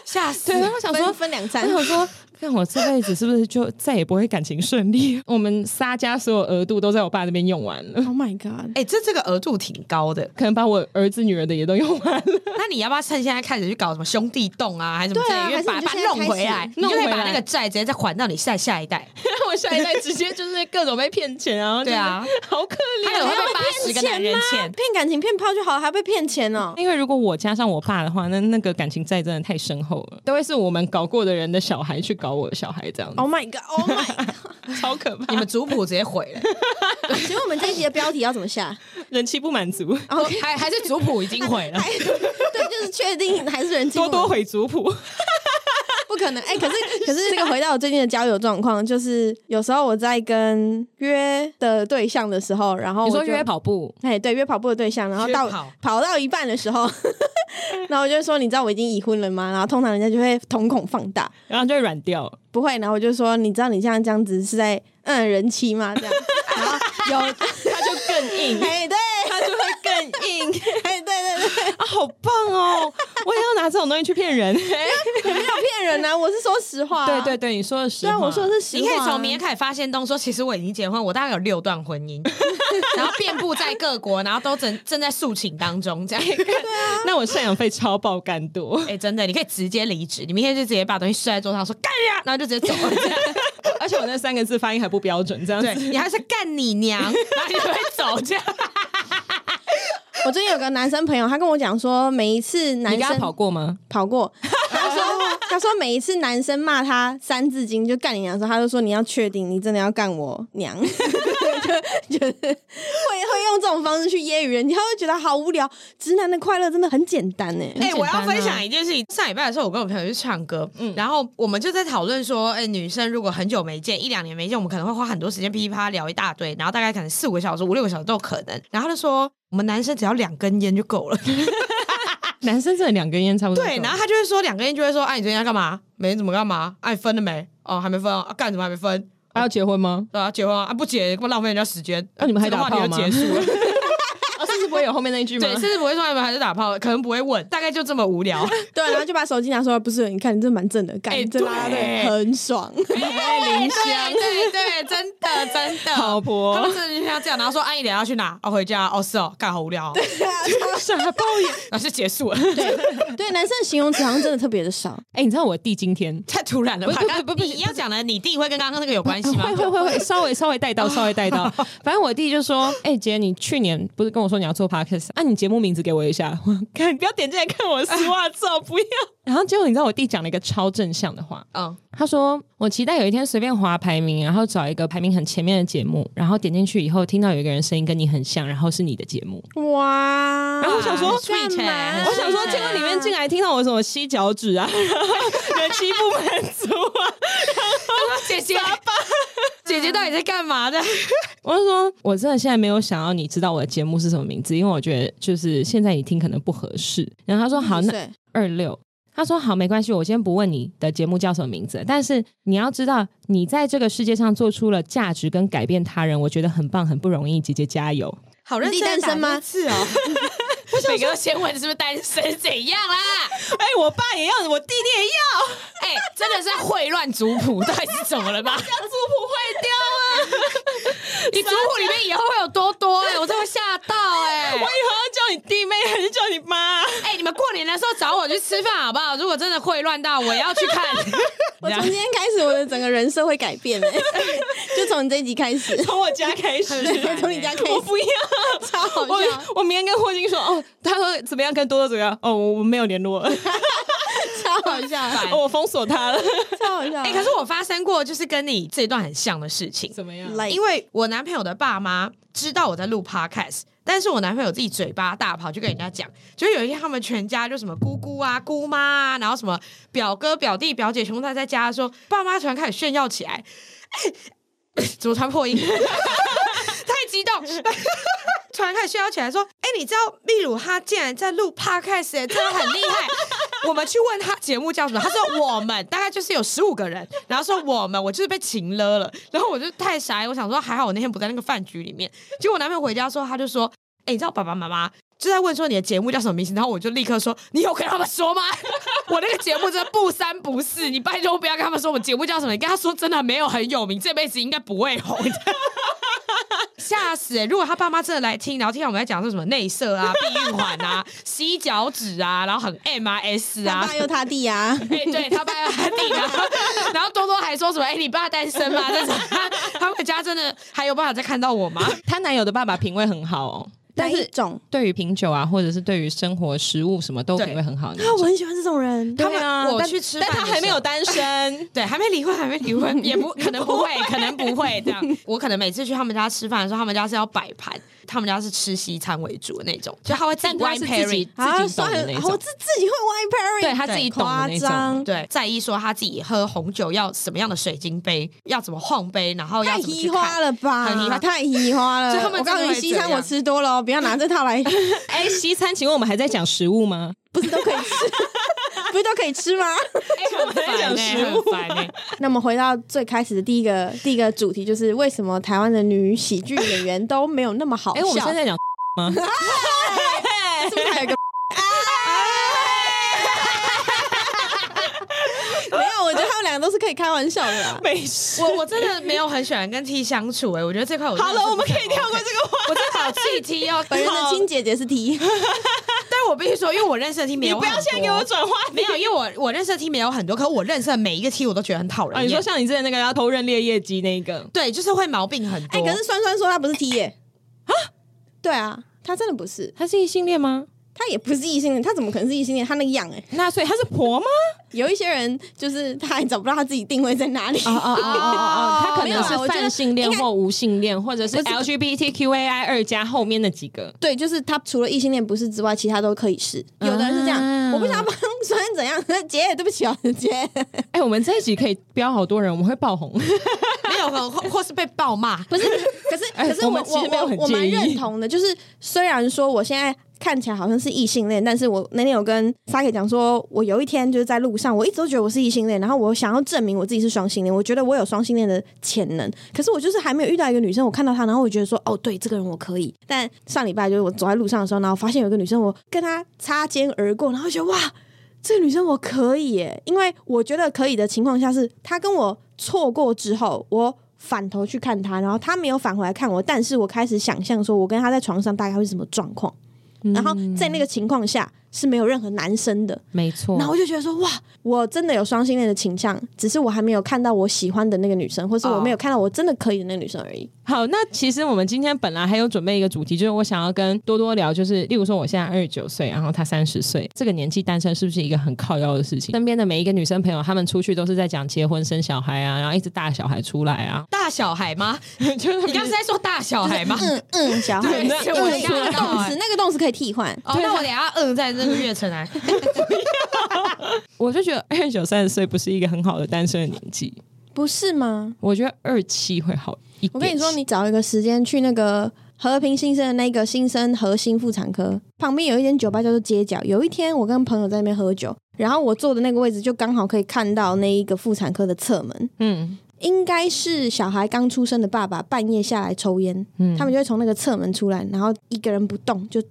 [SPEAKER 2] 吓死！
[SPEAKER 3] 对，我想说
[SPEAKER 1] 分分两
[SPEAKER 3] 我
[SPEAKER 1] 餐。
[SPEAKER 3] 想 说，看我这辈子是不是就再也不会感情顺利？ 我们沙家所有额度都在我爸那边用完了，
[SPEAKER 1] Oh my god！
[SPEAKER 2] 哎、这这个额度挺高的，
[SPEAKER 3] 可能把我儿子女儿的也都用完了。
[SPEAKER 2] 那你要不要趁现在开始去搞什么兄弟洞啊，还是什么之
[SPEAKER 1] 对
[SPEAKER 2] 类
[SPEAKER 1] 啊
[SPEAKER 2] 的？因为把
[SPEAKER 1] 还是
[SPEAKER 2] 把
[SPEAKER 1] 你
[SPEAKER 2] 它
[SPEAKER 1] 就现在
[SPEAKER 2] 弄回来
[SPEAKER 1] 开，
[SPEAKER 2] 你就可以
[SPEAKER 3] 弄回
[SPEAKER 2] 把
[SPEAKER 3] 来
[SPEAKER 2] 那个债直接再还到你下下一 代。
[SPEAKER 3] 那我下一代直接就是各种被骗钱，然后就是
[SPEAKER 2] 对啊，
[SPEAKER 3] 好可
[SPEAKER 2] 他
[SPEAKER 3] 怜
[SPEAKER 2] 有
[SPEAKER 3] 哦。
[SPEAKER 2] 会被八十个男人欠。
[SPEAKER 1] 骗感情骗炮就好了，还被骗钱哦。
[SPEAKER 3] 因为如果我加上我爸的话，那那个感情债真的太深厚了，都会是我们搞过的人的小孩去搞我的小孩，这样子、
[SPEAKER 1] Oh my god！Oh my！
[SPEAKER 3] 超可怕。
[SPEAKER 2] 你们族谱直接毁了，
[SPEAKER 1] god！请问我们这一集的标题要怎么 下
[SPEAKER 3] 人气不满足，
[SPEAKER 1] ？OK，
[SPEAKER 2] 还还是族谱已经毁了。
[SPEAKER 1] 对，就是确定还是人机
[SPEAKER 3] 哦多多回族谱。
[SPEAKER 1] 不不可能。哎、可是可是这个回到我最近的交友状况，就是有时候我在跟约的对象的时候，然后
[SPEAKER 3] 你
[SPEAKER 1] 我
[SPEAKER 3] 说
[SPEAKER 1] 就
[SPEAKER 3] 约。跑步，
[SPEAKER 1] 哎，对，约跑步的对象，然后到
[SPEAKER 2] 约跑
[SPEAKER 1] 跑到一半的时候， 然后我就说，你知道我已经已婚了吗？然后通常人家就会瞳孔放大，
[SPEAKER 3] 然后就会软掉。
[SPEAKER 1] 不会，然后我就说，你知道你现在这样子是在嗯人妻吗？ 这样，然后有，
[SPEAKER 3] 它就更硬，
[SPEAKER 1] 哎，对，
[SPEAKER 3] 它就会更硬
[SPEAKER 1] 哎，对对对，
[SPEAKER 3] 啊！好棒 哦！我也要拿这种东西去骗 人。
[SPEAKER 1] 我没有骗人啊，我是说实话、
[SPEAKER 3] 对对，对，你说的实
[SPEAKER 1] 虽
[SPEAKER 3] 话。啊
[SPEAKER 1] 然我说的是实
[SPEAKER 2] 你
[SPEAKER 1] 话、啊
[SPEAKER 2] 可以从明天开始发现东说，其实我已经结婚，我大概有六段婚姻， 然后遍布在各国，然后都正正在诉请当中，这样。
[SPEAKER 3] 那我赡养费超爆干多。
[SPEAKER 2] 哎、真的，你可以直接离职，你明天就直接把东西摔在桌上说干呀，然后就直接走了。这样
[SPEAKER 3] 而且我那三个字发音还不标 准，这样
[SPEAKER 2] 对
[SPEAKER 3] 子。
[SPEAKER 2] 你还是干你 娘，然后你就会走这样。
[SPEAKER 1] 我最近有个男生朋友，他跟我讲说，每一次男
[SPEAKER 3] 你跟他
[SPEAKER 1] 生
[SPEAKER 3] 跑过吗？
[SPEAKER 1] 跑 过，他说他说每一次男生骂他三字经就干你娘的时候，他就说你要确定你真的要干我娘， 就就是会会用这种方式去揶揄人，你他会觉得好无聊。直男的快乐真的很简单哎、
[SPEAKER 2] 哎、
[SPEAKER 3] 简
[SPEAKER 2] 我
[SPEAKER 3] 单
[SPEAKER 2] 要
[SPEAKER 3] 啊嗯
[SPEAKER 2] 分享一件事情。上礼拜的时候，我跟我朋友去唱歌，然后我们就在讨论说，哎、女生如果很久没见，一两年没见，我们可能会花很多时间噼里啪啦聊一大堆，然后大概可能四五个小时、五六个小时都有可能。然后他就说，我们男生只要两根烟就够了。
[SPEAKER 3] 男生这两根烟差不多够了。
[SPEAKER 2] 对，然后他就会说，两根烟就会说，哎、你昨天要干嘛？没怎么干嘛？哎、你分了没？哦，还没分啊？啊干什么还没分？
[SPEAKER 3] 他要结婚吗？
[SPEAKER 2] 对啊，结婚啊？啊不结，不浪费人家时间。
[SPEAKER 3] 那你们还打
[SPEAKER 2] 这个
[SPEAKER 3] 炮
[SPEAKER 2] 话
[SPEAKER 3] 吗
[SPEAKER 2] 题就结束 了。
[SPEAKER 3] 哦，甚至不会有后面那一句吗
[SPEAKER 2] 对，？甚至不会说你们还是打炮，可能不会问，大概就这么无 聊。
[SPEAKER 1] 对，然后就把手机拿出来，不是，你看你这蛮正的，干、
[SPEAKER 2] 哎
[SPEAKER 1] 这拉的
[SPEAKER 2] 对
[SPEAKER 1] 很爽。
[SPEAKER 3] 太灵
[SPEAKER 2] 对对对，真的真的，
[SPEAKER 3] 哎好
[SPEAKER 2] 他
[SPEAKER 3] 哦 婆
[SPEAKER 2] 们，真的就像这样，然后说：“哎、你等一下要去哪？哦，回家。哦，是哦， 干好无聊、哦。
[SPEAKER 3] 傻爆眼。
[SPEAKER 2] 然后就结束了，
[SPEAKER 1] 对，男生的形容词好像真的特别的少。
[SPEAKER 3] 哎，你知道我弟今天
[SPEAKER 2] 太突然了吧？
[SPEAKER 3] 不是
[SPEAKER 2] 刚
[SPEAKER 3] 不是不是
[SPEAKER 2] 你要讲的，你弟会跟刚刚那个有关系吗
[SPEAKER 3] 会？会会会，哦稍微稍微带到，稍微带 到。反正我弟就说：“哎、姐，你去年不是跟我说你要做 podcast 啊？你节目名字给我一下，我 看你不要点进来看我的丝袜照，不要。” 然后结果你知道我弟讲了一个超正向的话，
[SPEAKER 2] 嗯，
[SPEAKER 3] 他说：“我期待有一天随便划排名，然后找一个排名很前面的节目，然后点进去以后听到有一个人声音跟你很像，然后是你的节目。”
[SPEAKER 1] 哇！
[SPEAKER 3] 然后我想说
[SPEAKER 1] 干嘛啊
[SPEAKER 3] 我想说，结果里面进来听到我什么吸脚趾啊， 然后人妻不满足啊，
[SPEAKER 2] 姐 姐，姐姐到底在干嘛的？
[SPEAKER 3] 我就说，我真的现在没有想要你知道我的节目是什么名字，因为我觉得就是现在你听可能不合适。然后他说好，
[SPEAKER 2] 嗯
[SPEAKER 3] 那
[SPEAKER 1] 对
[SPEAKER 3] 二六，他说好，没关系，我先不问你的节目叫什么名字，但是你要知道，你在这个世界上做出了价值跟改变他人，我觉得很棒，很不容易，姐姐加油。
[SPEAKER 2] 好
[SPEAKER 1] 认真地打字
[SPEAKER 2] 是 哦，每个都先问是不是单身怎样啦？
[SPEAKER 3] 哎、我爸也要，我弟弟也要，
[SPEAKER 2] 哎、真的是在混乱族谱，到底是怎么了 吧？将族谱坏掉啊！ 你族谱里面以后会有多多哎、我真会吓到哎、
[SPEAKER 3] 我以后要叫你弟妹还是叫你妈？
[SPEAKER 2] 哎、你们过年的时候找我去吃饭好不好？如果真的会乱到，我也要去看。
[SPEAKER 1] 我从今天开始，我的整个人设会改变、 欸，就从你这一集开始，
[SPEAKER 3] 从我家 开始，
[SPEAKER 1] 对从你家开
[SPEAKER 3] 我
[SPEAKER 1] 始，
[SPEAKER 3] 不要。
[SPEAKER 1] 超好
[SPEAKER 3] 我
[SPEAKER 1] 笑，
[SPEAKER 3] 我明天跟霍金说，哦，他说怎么样跟多多怎么样？哦，我我们没有联络了。
[SPEAKER 1] 超好 笑，
[SPEAKER 3] 我封锁他了。
[SPEAKER 1] 超好笑。
[SPEAKER 2] 哎、可是我发生过就是跟你这一段很像的事情，
[SPEAKER 3] 怎么样
[SPEAKER 1] 来，
[SPEAKER 2] 因为我男朋友的爸妈知道我在录 podcast，但是我男朋友自己嘴巴大跑去跟人家讲，就有一天他们全家就什么姑姑啊、姑妈啊，然后什么表哥、表弟、表姐，全部都在家的时候，爸妈突然开始炫耀起来，哎怎么穿破音？ 太激动！ 突然开始炫耀起来，说：“哎、你知道秘鲁他竟然在录 podcast，、欸、真的很厉害。 我们去问他节目叫什么，他说我们大概就是有十五个人，然后说我们，我就是被擒了了。然后我就太傻眼，我想说还好我那天不在那个饭局里面。结果我男朋友回家说，他就说：哎、你知道爸爸妈妈就在问说你的节目叫什么名字，然后我就立刻说：“你有跟他们说吗？ 我那个节目真的不三不四，你拜托不要跟他们说我节目叫什么，你跟他说真的没有很有名，这辈子应该不会红的。” 吓死、欸！如果他爸妈真的来听，然后听到我们在讲说什么内射啊、避孕环啊、 吸脚趾啊，然后很 M 啊、S
[SPEAKER 1] 他
[SPEAKER 2] 啊，
[SPEAKER 1] 爸又他弟啊，
[SPEAKER 2] 哎、对他爸要他弟，然后然后多多还说什么？哎、你爸单身吗？ 但是他他们家真的还有办法再看到我吗？
[SPEAKER 3] 啊她男友的爸爸品味很好哦，
[SPEAKER 1] 哪
[SPEAKER 3] 但
[SPEAKER 1] 一
[SPEAKER 3] 是
[SPEAKER 1] 种？
[SPEAKER 3] 对于品酒啊，或者是对于生活食物什么都
[SPEAKER 2] 对
[SPEAKER 3] 品味很好的
[SPEAKER 1] 啊，
[SPEAKER 3] 那
[SPEAKER 1] 我
[SPEAKER 3] 种。
[SPEAKER 1] 很喜欢这种人。
[SPEAKER 2] 他们
[SPEAKER 3] 啊
[SPEAKER 2] 我
[SPEAKER 3] 但
[SPEAKER 2] 去吃
[SPEAKER 3] 但
[SPEAKER 2] 饭
[SPEAKER 3] 他
[SPEAKER 2] 的
[SPEAKER 3] 还
[SPEAKER 2] 时
[SPEAKER 3] 没有
[SPEAKER 2] 候，
[SPEAKER 3] 单身
[SPEAKER 2] 对，还没离婚，还没离婚，也不可能不会，可能不会这样。我可能每次去他们家吃饭的时候，他们家是要摆盘，他们家是吃西餐为主的那种，就他会自己
[SPEAKER 3] 但他
[SPEAKER 2] wine
[SPEAKER 3] 是自己
[SPEAKER 2] pairing，
[SPEAKER 1] 啊，
[SPEAKER 3] 自己懂的那
[SPEAKER 1] 算了我
[SPEAKER 3] 种，
[SPEAKER 1] 自自己会 wine pairing，
[SPEAKER 3] 对他自己懂的
[SPEAKER 1] 夸
[SPEAKER 3] 那
[SPEAKER 1] 张
[SPEAKER 3] 种。
[SPEAKER 2] 对，在意说他自己喝红酒要什么样的水晶杯，要怎么晃杯，然后要
[SPEAKER 1] 太
[SPEAKER 2] 怎么去
[SPEAKER 1] 移
[SPEAKER 2] 看
[SPEAKER 1] 花了吧？
[SPEAKER 2] 很移花
[SPEAKER 1] 太移花了。
[SPEAKER 2] 所以他们
[SPEAKER 1] 我告诉
[SPEAKER 2] 真
[SPEAKER 1] 你，
[SPEAKER 2] 的会
[SPEAKER 1] 西
[SPEAKER 2] 这
[SPEAKER 1] 餐我
[SPEAKER 2] 样
[SPEAKER 1] 吃多了哦，不要拿这套 来，
[SPEAKER 3] 哎，西餐，请问我们还在讲食物吗？
[SPEAKER 1] 不是都可以吃，不是都可以吃吗？
[SPEAKER 2] 哎，我们
[SPEAKER 3] 在讲食物
[SPEAKER 2] 很烦欸
[SPEAKER 1] 那么回到最开始的第一个第一个主题，就是为什么台湾的女喜剧演员都没有那么好
[SPEAKER 3] 哎，我们
[SPEAKER 1] 笑？
[SPEAKER 3] 现在讲吗？
[SPEAKER 1] 是不是还有一个？没有，我觉得他们两个都是可以开玩笑的啦。
[SPEAKER 3] 没事。
[SPEAKER 2] 我我真的没有很喜欢跟 T 相处哎、我觉得这块我真的
[SPEAKER 3] 好
[SPEAKER 2] 是
[SPEAKER 3] 了，
[SPEAKER 2] 不
[SPEAKER 3] 我们可以
[SPEAKER 2] 太
[SPEAKER 3] 跳
[SPEAKER 2] OK
[SPEAKER 3] 过这个话。
[SPEAKER 2] 我真的好气 T 哦，
[SPEAKER 1] 本人的亲姐姐是 T，
[SPEAKER 2] 但我必须说，因为我认识的 T 没
[SPEAKER 3] 你
[SPEAKER 2] 有，
[SPEAKER 3] 不要现在啊给我。转话题
[SPEAKER 2] 没。有，因为我我认识的 T 没有很多，可我认识的每一个 T 我都觉得很讨人
[SPEAKER 3] 啊，
[SPEAKER 2] 厌。
[SPEAKER 1] 哦
[SPEAKER 3] 你说像你之前那个要偷认列业绩那个，
[SPEAKER 2] 对，就是会毛病很多。
[SPEAKER 1] 哎，可是酸酸说她不是 T 耶？啊，对啊，她真的不是，
[SPEAKER 3] 他是异性恋吗？
[SPEAKER 1] 她也不是异性恋，她怎么可能是异性恋？她那个样哎，
[SPEAKER 3] 那所以他是婆吗？
[SPEAKER 1] 有一些人就是他还找不到他自己定位在哪里。
[SPEAKER 3] 哦哦哦哦哦，他可
[SPEAKER 1] 没有
[SPEAKER 3] 能
[SPEAKER 1] 啊
[SPEAKER 3] 是
[SPEAKER 1] 我觉得
[SPEAKER 3] 泛性恋
[SPEAKER 1] 应该
[SPEAKER 3] 或无性恋，或者是
[SPEAKER 1] 不是
[SPEAKER 3] LGBTQAI 二加后面那几个。
[SPEAKER 1] 对，就是他除了异性恋不是之外，其他都可以是。有的人是这样，
[SPEAKER 3] 啊
[SPEAKER 1] 我不想要帮 酸怎样，姐，对不起啊，姐。
[SPEAKER 3] 哎、我们这一集可以标好多人，我们会爆红。
[SPEAKER 2] 没有， 或或是被暴骂，
[SPEAKER 1] 不是，可是
[SPEAKER 3] 哎
[SPEAKER 1] 可是
[SPEAKER 3] 我
[SPEAKER 1] 我
[SPEAKER 3] 们其实没有
[SPEAKER 1] 我
[SPEAKER 3] 很
[SPEAKER 1] 我蛮
[SPEAKER 3] 介意
[SPEAKER 1] 认同的，就是虽然说我现在看起来好像是异性恋，但是我那天有跟 Saki 讲说，我有一天就是在路上，我一直都觉得我是异性恋，然后我想要证明我自己是双性恋，我觉得我有双性恋的潜能，可是我就是还没有遇到一个女生，我看到她，然后我觉得说，哦，对，这个人我可以。但上礼拜就是我走在路上的时候，然后发现有一个女生，我跟她擦肩而过，然后觉得哇。这个女生我可以耶，因为我觉得可以的情况下是，她跟我错过之后，我反头去看她，然后她没有返回来看我，但是我开始想象说，我跟她在床上大概会是什么状况，然后在那个情况下是没有任何男生的，
[SPEAKER 3] 没错
[SPEAKER 1] 然后我就觉得说，哇，我真的有双性恋的倾向，只是我还没有看到我喜欢的那个女生，或是我没有看到我真的可以的那个女生而已。
[SPEAKER 3] 好，那其实我们今天本来还有准备一个主题，就是我想要跟多多聊，就是例如说我现在二十九岁，然后他三十岁，这个年纪单身是不是一个很靠腰的事情？身边的每一个女生朋友，她们出去都是在讲结婚生小孩啊，然后一直大小孩出来啊，
[SPEAKER 2] 大小孩吗？
[SPEAKER 3] 就是
[SPEAKER 2] 你
[SPEAKER 3] 她们
[SPEAKER 2] 刚才在说大小孩吗？
[SPEAKER 1] 嗯嗯，小孩，
[SPEAKER 2] 对
[SPEAKER 1] 嗯
[SPEAKER 2] 是我
[SPEAKER 1] 那个
[SPEAKER 2] 吓到
[SPEAKER 1] 动
[SPEAKER 2] 哎
[SPEAKER 1] 词，那个动词可以替换。
[SPEAKER 2] 哦，那我等一下嗯，在那个月城来。
[SPEAKER 3] 我就觉得二十九三十岁不是一个很好的单身的年纪，
[SPEAKER 1] 不是吗？
[SPEAKER 3] 我觉得二七会好一点。
[SPEAKER 1] 我跟你说，你找一个时间去那个和平新生的那个新生核心妇产科旁边有一间酒吧叫做街角。有一天我跟朋友在那边喝酒，然后我坐的那个位置就刚好可以看到那一个妇产科的侧门。
[SPEAKER 3] 嗯
[SPEAKER 1] 应该是小孩刚出生的爸爸半夜下来抽烟，
[SPEAKER 3] 嗯
[SPEAKER 1] 他们就会从那个侧门出来，然后一个人不动 就。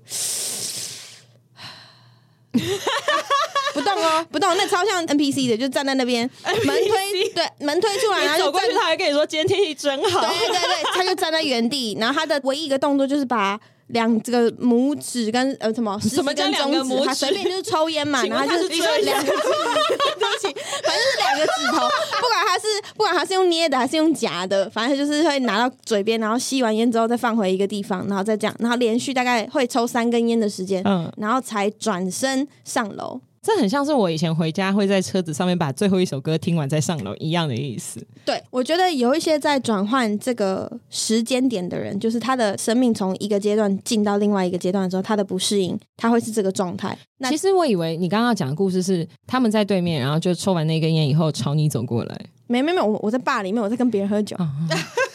[SPEAKER 1] 不动哦， 不动，那超像 NPC 的，就站在那边，门推对门推出来，然后就
[SPEAKER 3] 你走过去，
[SPEAKER 1] 站
[SPEAKER 3] 他还跟你说今天天气真好。
[SPEAKER 1] 对对对，他就站在原地，然后他的唯一一个动作就是把两这个拇指跟呃什么食指
[SPEAKER 3] 么叫
[SPEAKER 1] 跟
[SPEAKER 3] 两个
[SPEAKER 1] 中
[SPEAKER 3] 拇
[SPEAKER 1] 指，
[SPEAKER 3] 指
[SPEAKER 1] 他随便就是抽烟嘛，
[SPEAKER 3] 请
[SPEAKER 1] 然
[SPEAKER 3] 问
[SPEAKER 1] 后就
[SPEAKER 3] 他是
[SPEAKER 1] 是
[SPEAKER 3] 做了
[SPEAKER 1] 两个 指，对不起，反正是两个指头，不管他是不管他是用捏的还是用夹的，反正他就是会拿到嘴边，然后吸完烟之后再放回一个地方，然后再这样，然后连续大概会抽三根烟的时间，
[SPEAKER 3] 嗯，
[SPEAKER 1] 然后才转身上楼。
[SPEAKER 3] 这很像是我以前回家会在车子上面把最后一首歌听完再上楼一样的意思。
[SPEAKER 1] 对，我觉得有一些在转换这个时间点的人，就是他的生命从一个阶段进到另外一个阶段的时候，他的不适应，他会是这个状态。那
[SPEAKER 3] 其实我以为你刚刚讲的故事是他们在对面，然后就抽完那根烟以后朝你走过来。
[SPEAKER 1] 没没没，我我在坝里面，我在跟别人喝酒，
[SPEAKER 3] 啊、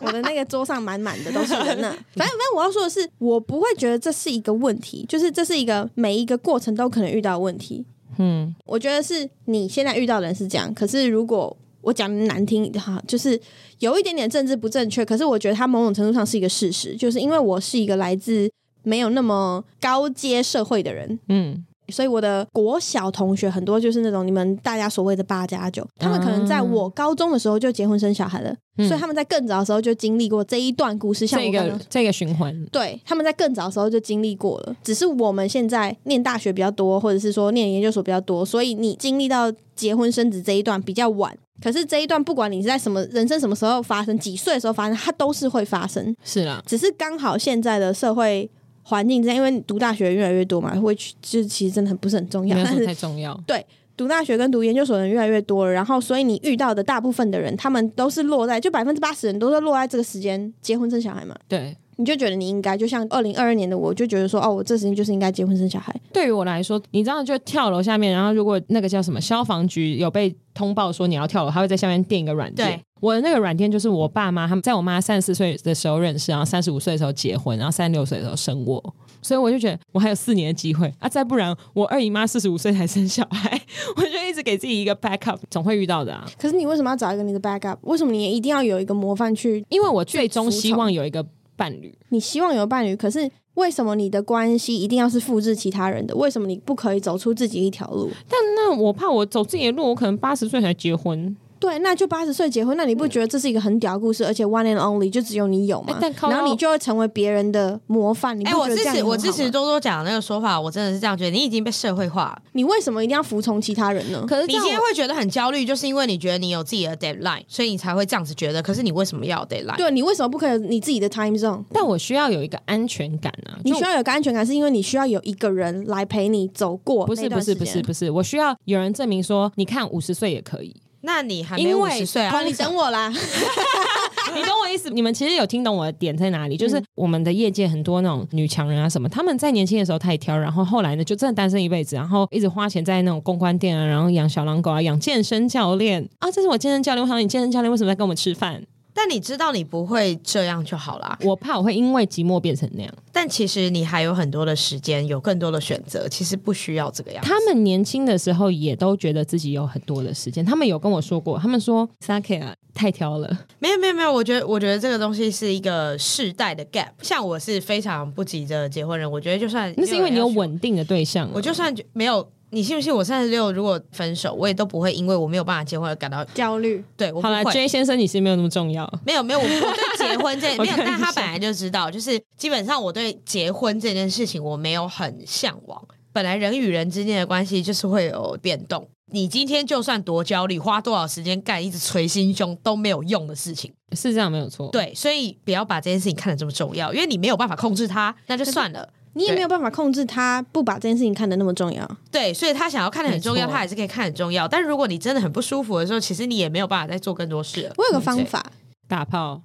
[SPEAKER 1] 我的那个桌上满满的都是人呢、反正反正我要说的是，我不会觉得这是一个问题，就是这是一个每一个过程都可能遇到的问题。
[SPEAKER 3] 嗯，
[SPEAKER 1] 我觉得是你现在遇到的人是这样，可是如果我讲得难听哈，就是有一点点政治不正确，可是我觉得它某种程度上是一个事实，就是因为我是一个来自没有那么高阶社会的人，
[SPEAKER 3] 嗯，
[SPEAKER 1] 所以我的国小同学很多就是那种你们大家所谓的八加九，他们可能在我高中的时候就结婚生小孩了，
[SPEAKER 3] 啊嗯
[SPEAKER 1] 所以他们在更早的时候就经历过这一段故事，像
[SPEAKER 3] 这
[SPEAKER 1] 我刚
[SPEAKER 3] 个
[SPEAKER 1] 刚
[SPEAKER 3] 这个循环，
[SPEAKER 1] 对，他们在更早的时候就经历过了，只是我们现在念大学比较多，或者是说念研究所比较多，所以你经历到结婚生子这一段比较晚。可是这一段，不管你是在什么人生什么时候发生，几岁的时候发生，它都是会发生，
[SPEAKER 3] 是啦，
[SPEAKER 1] 只是刚好现在的社会环境之下，因为读大学越来越多嘛，会去这其实真的很不是很重要，
[SPEAKER 3] 没有
[SPEAKER 1] 但
[SPEAKER 3] 什
[SPEAKER 1] 是
[SPEAKER 3] 么太 重要。
[SPEAKER 1] 读大学跟读研究所的人越来越多了，然后所以你遇到的大部分的人，他们都是落在就百分之八十人都是落在这个时间结婚生小孩嘛，
[SPEAKER 3] 对，
[SPEAKER 1] 你就觉得你应该就像二零二二年的我，就觉得说哦，我这时间就是应该结婚生小孩，
[SPEAKER 3] 对于我来说，你这样就跳楼下面，然后如果那个叫什么消防局有被通报说你要跳楼，他会在下面垫一个软件
[SPEAKER 2] 对。
[SPEAKER 3] 我的那个软件就是我爸妈他们在我妈三十四岁的时候认识，然后三十五岁的时候结婚，然后三十六岁的时候生我，所以我就觉得我还有四年的机会啊！再不然我二姨妈四十五岁才生小孩， 我就一直给自己一个 backup，总会遇到的啊。
[SPEAKER 1] 可是你为什么要找一个你的 backup？为什么你也一定要有一个模范去？
[SPEAKER 3] 因为我最终
[SPEAKER 1] 去服从
[SPEAKER 3] 希望有一个伴侣，
[SPEAKER 1] 你希望有伴侣，可是为什么你的关系一定要是复制其他人的？为什么你不可以走出自己一条路？
[SPEAKER 3] 但那我怕我走自己的路，我可能八十岁才结婚，
[SPEAKER 1] 对，那就八十岁结婚，那你不觉得这是一个很屌的故事？而且 one and only 就只有你有吗
[SPEAKER 3] 嗯哎？但靠
[SPEAKER 1] 然后你就会成为别人的模 范，你不
[SPEAKER 2] 哎、
[SPEAKER 1] 觉
[SPEAKER 2] 我
[SPEAKER 1] 得
[SPEAKER 2] 支
[SPEAKER 1] 这样也
[SPEAKER 2] 持
[SPEAKER 1] 很好
[SPEAKER 2] 我支持
[SPEAKER 1] 吗
[SPEAKER 2] 多多讲的那个说法，我真的是这样觉得。你已经被社会化了，
[SPEAKER 1] 你为什么一定要服从其他人呢？
[SPEAKER 3] 可是
[SPEAKER 2] 你
[SPEAKER 3] 这样
[SPEAKER 2] 今天
[SPEAKER 3] 我
[SPEAKER 2] 会觉得很焦虑，就是因为你觉得你有自己的 deadline，所以你才会这样子觉得。可是你为什么要有 deadline？
[SPEAKER 1] 对你为什么不可以有你自己的 time zone？
[SPEAKER 3] 但我需要有一个安全感啊！
[SPEAKER 1] 你
[SPEAKER 3] 就
[SPEAKER 1] 需要有个安全感，是因为你需要有一个人来陪你走过
[SPEAKER 3] 不是
[SPEAKER 1] 那
[SPEAKER 3] 不
[SPEAKER 1] 段
[SPEAKER 3] 是
[SPEAKER 1] 时
[SPEAKER 3] 不
[SPEAKER 1] 间
[SPEAKER 3] 是不是，我需要有人证明说，你看五十岁也可以，
[SPEAKER 2] 那你还没
[SPEAKER 3] 因
[SPEAKER 2] 五
[SPEAKER 3] 为
[SPEAKER 2] 十岁啊
[SPEAKER 1] 好，？你等我 啦。
[SPEAKER 3] 你懂我意思？你 们其实有听懂我的点在哪里？就是我们的业界很多那种女强人啊什么，她们在年轻的时候太挑，然后后来呢就真的单身一辈子，然后一直花钱在那种公关店啊，然后养小狼狗啊，养健身教练啊，这是我健身教练，我想说你健身教练为什么在跟我们吃饭？
[SPEAKER 2] 但你知道你不会这样就好啦。
[SPEAKER 3] 我怕我会因为寂寞变成那样。
[SPEAKER 2] 但其实你还有很多的时间，有更多的选择，其实不需要这个样子。
[SPEAKER 3] 他们年轻的时候也都觉得自己有很多的时间，他们有跟我说过，他们说 Saki 啊太挑了。
[SPEAKER 2] 没有没有没有，我觉得我觉得这个东西是一个世代的 gap。像我是非常不急着结婚人，我觉得就算
[SPEAKER 3] 那是因为你有
[SPEAKER 2] 人要
[SPEAKER 3] 稳定的对象啊、
[SPEAKER 2] 选，我就算觉没有。你信不信我三十六如果分手，我也都不会因为我没有办法结婚而感到
[SPEAKER 1] 焦虑，
[SPEAKER 2] 对我不
[SPEAKER 3] 好了
[SPEAKER 2] 会。
[SPEAKER 3] ，J 先生，你是没有那么重要。
[SPEAKER 2] 没有没有，我我对结婚这
[SPEAKER 3] 我
[SPEAKER 2] 没有，
[SPEAKER 3] 看一
[SPEAKER 2] 但他
[SPEAKER 3] 下
[SPEAKER 2] 本来就知道，就是基本上我对结婚这件事情我没有很向往。本来人与人之间的关系就是会有变动，你今天就算多焦虑，花多少时间干一直捶心胸都没有用的事情。
[SPEAKER 3] 是这样没有错。，
[SPEAKER 2] 对，所以不要把这件事情看得这么重要，因为你没有办法控制它，那就算了。
[SPEAKER 1] 你也
[SPEAKER 2] 对
[SPEAKER 1] 没有办法控制他不把这件事情看得那么重要。
[SPEAKER 2] 对，所以他想要看得很重要，
[SPEAKER 3] 没错
[SPEAKER 2] 他还是可以看得很重要。但如果你真的很不舒服的时候，其实你也没有办法再做更多事了。
[SPEAKER 1] 我有
[SPEAKER 3] 嗯
[SPEAKER 1] 个方法，
[SPEAKER 3] 打炮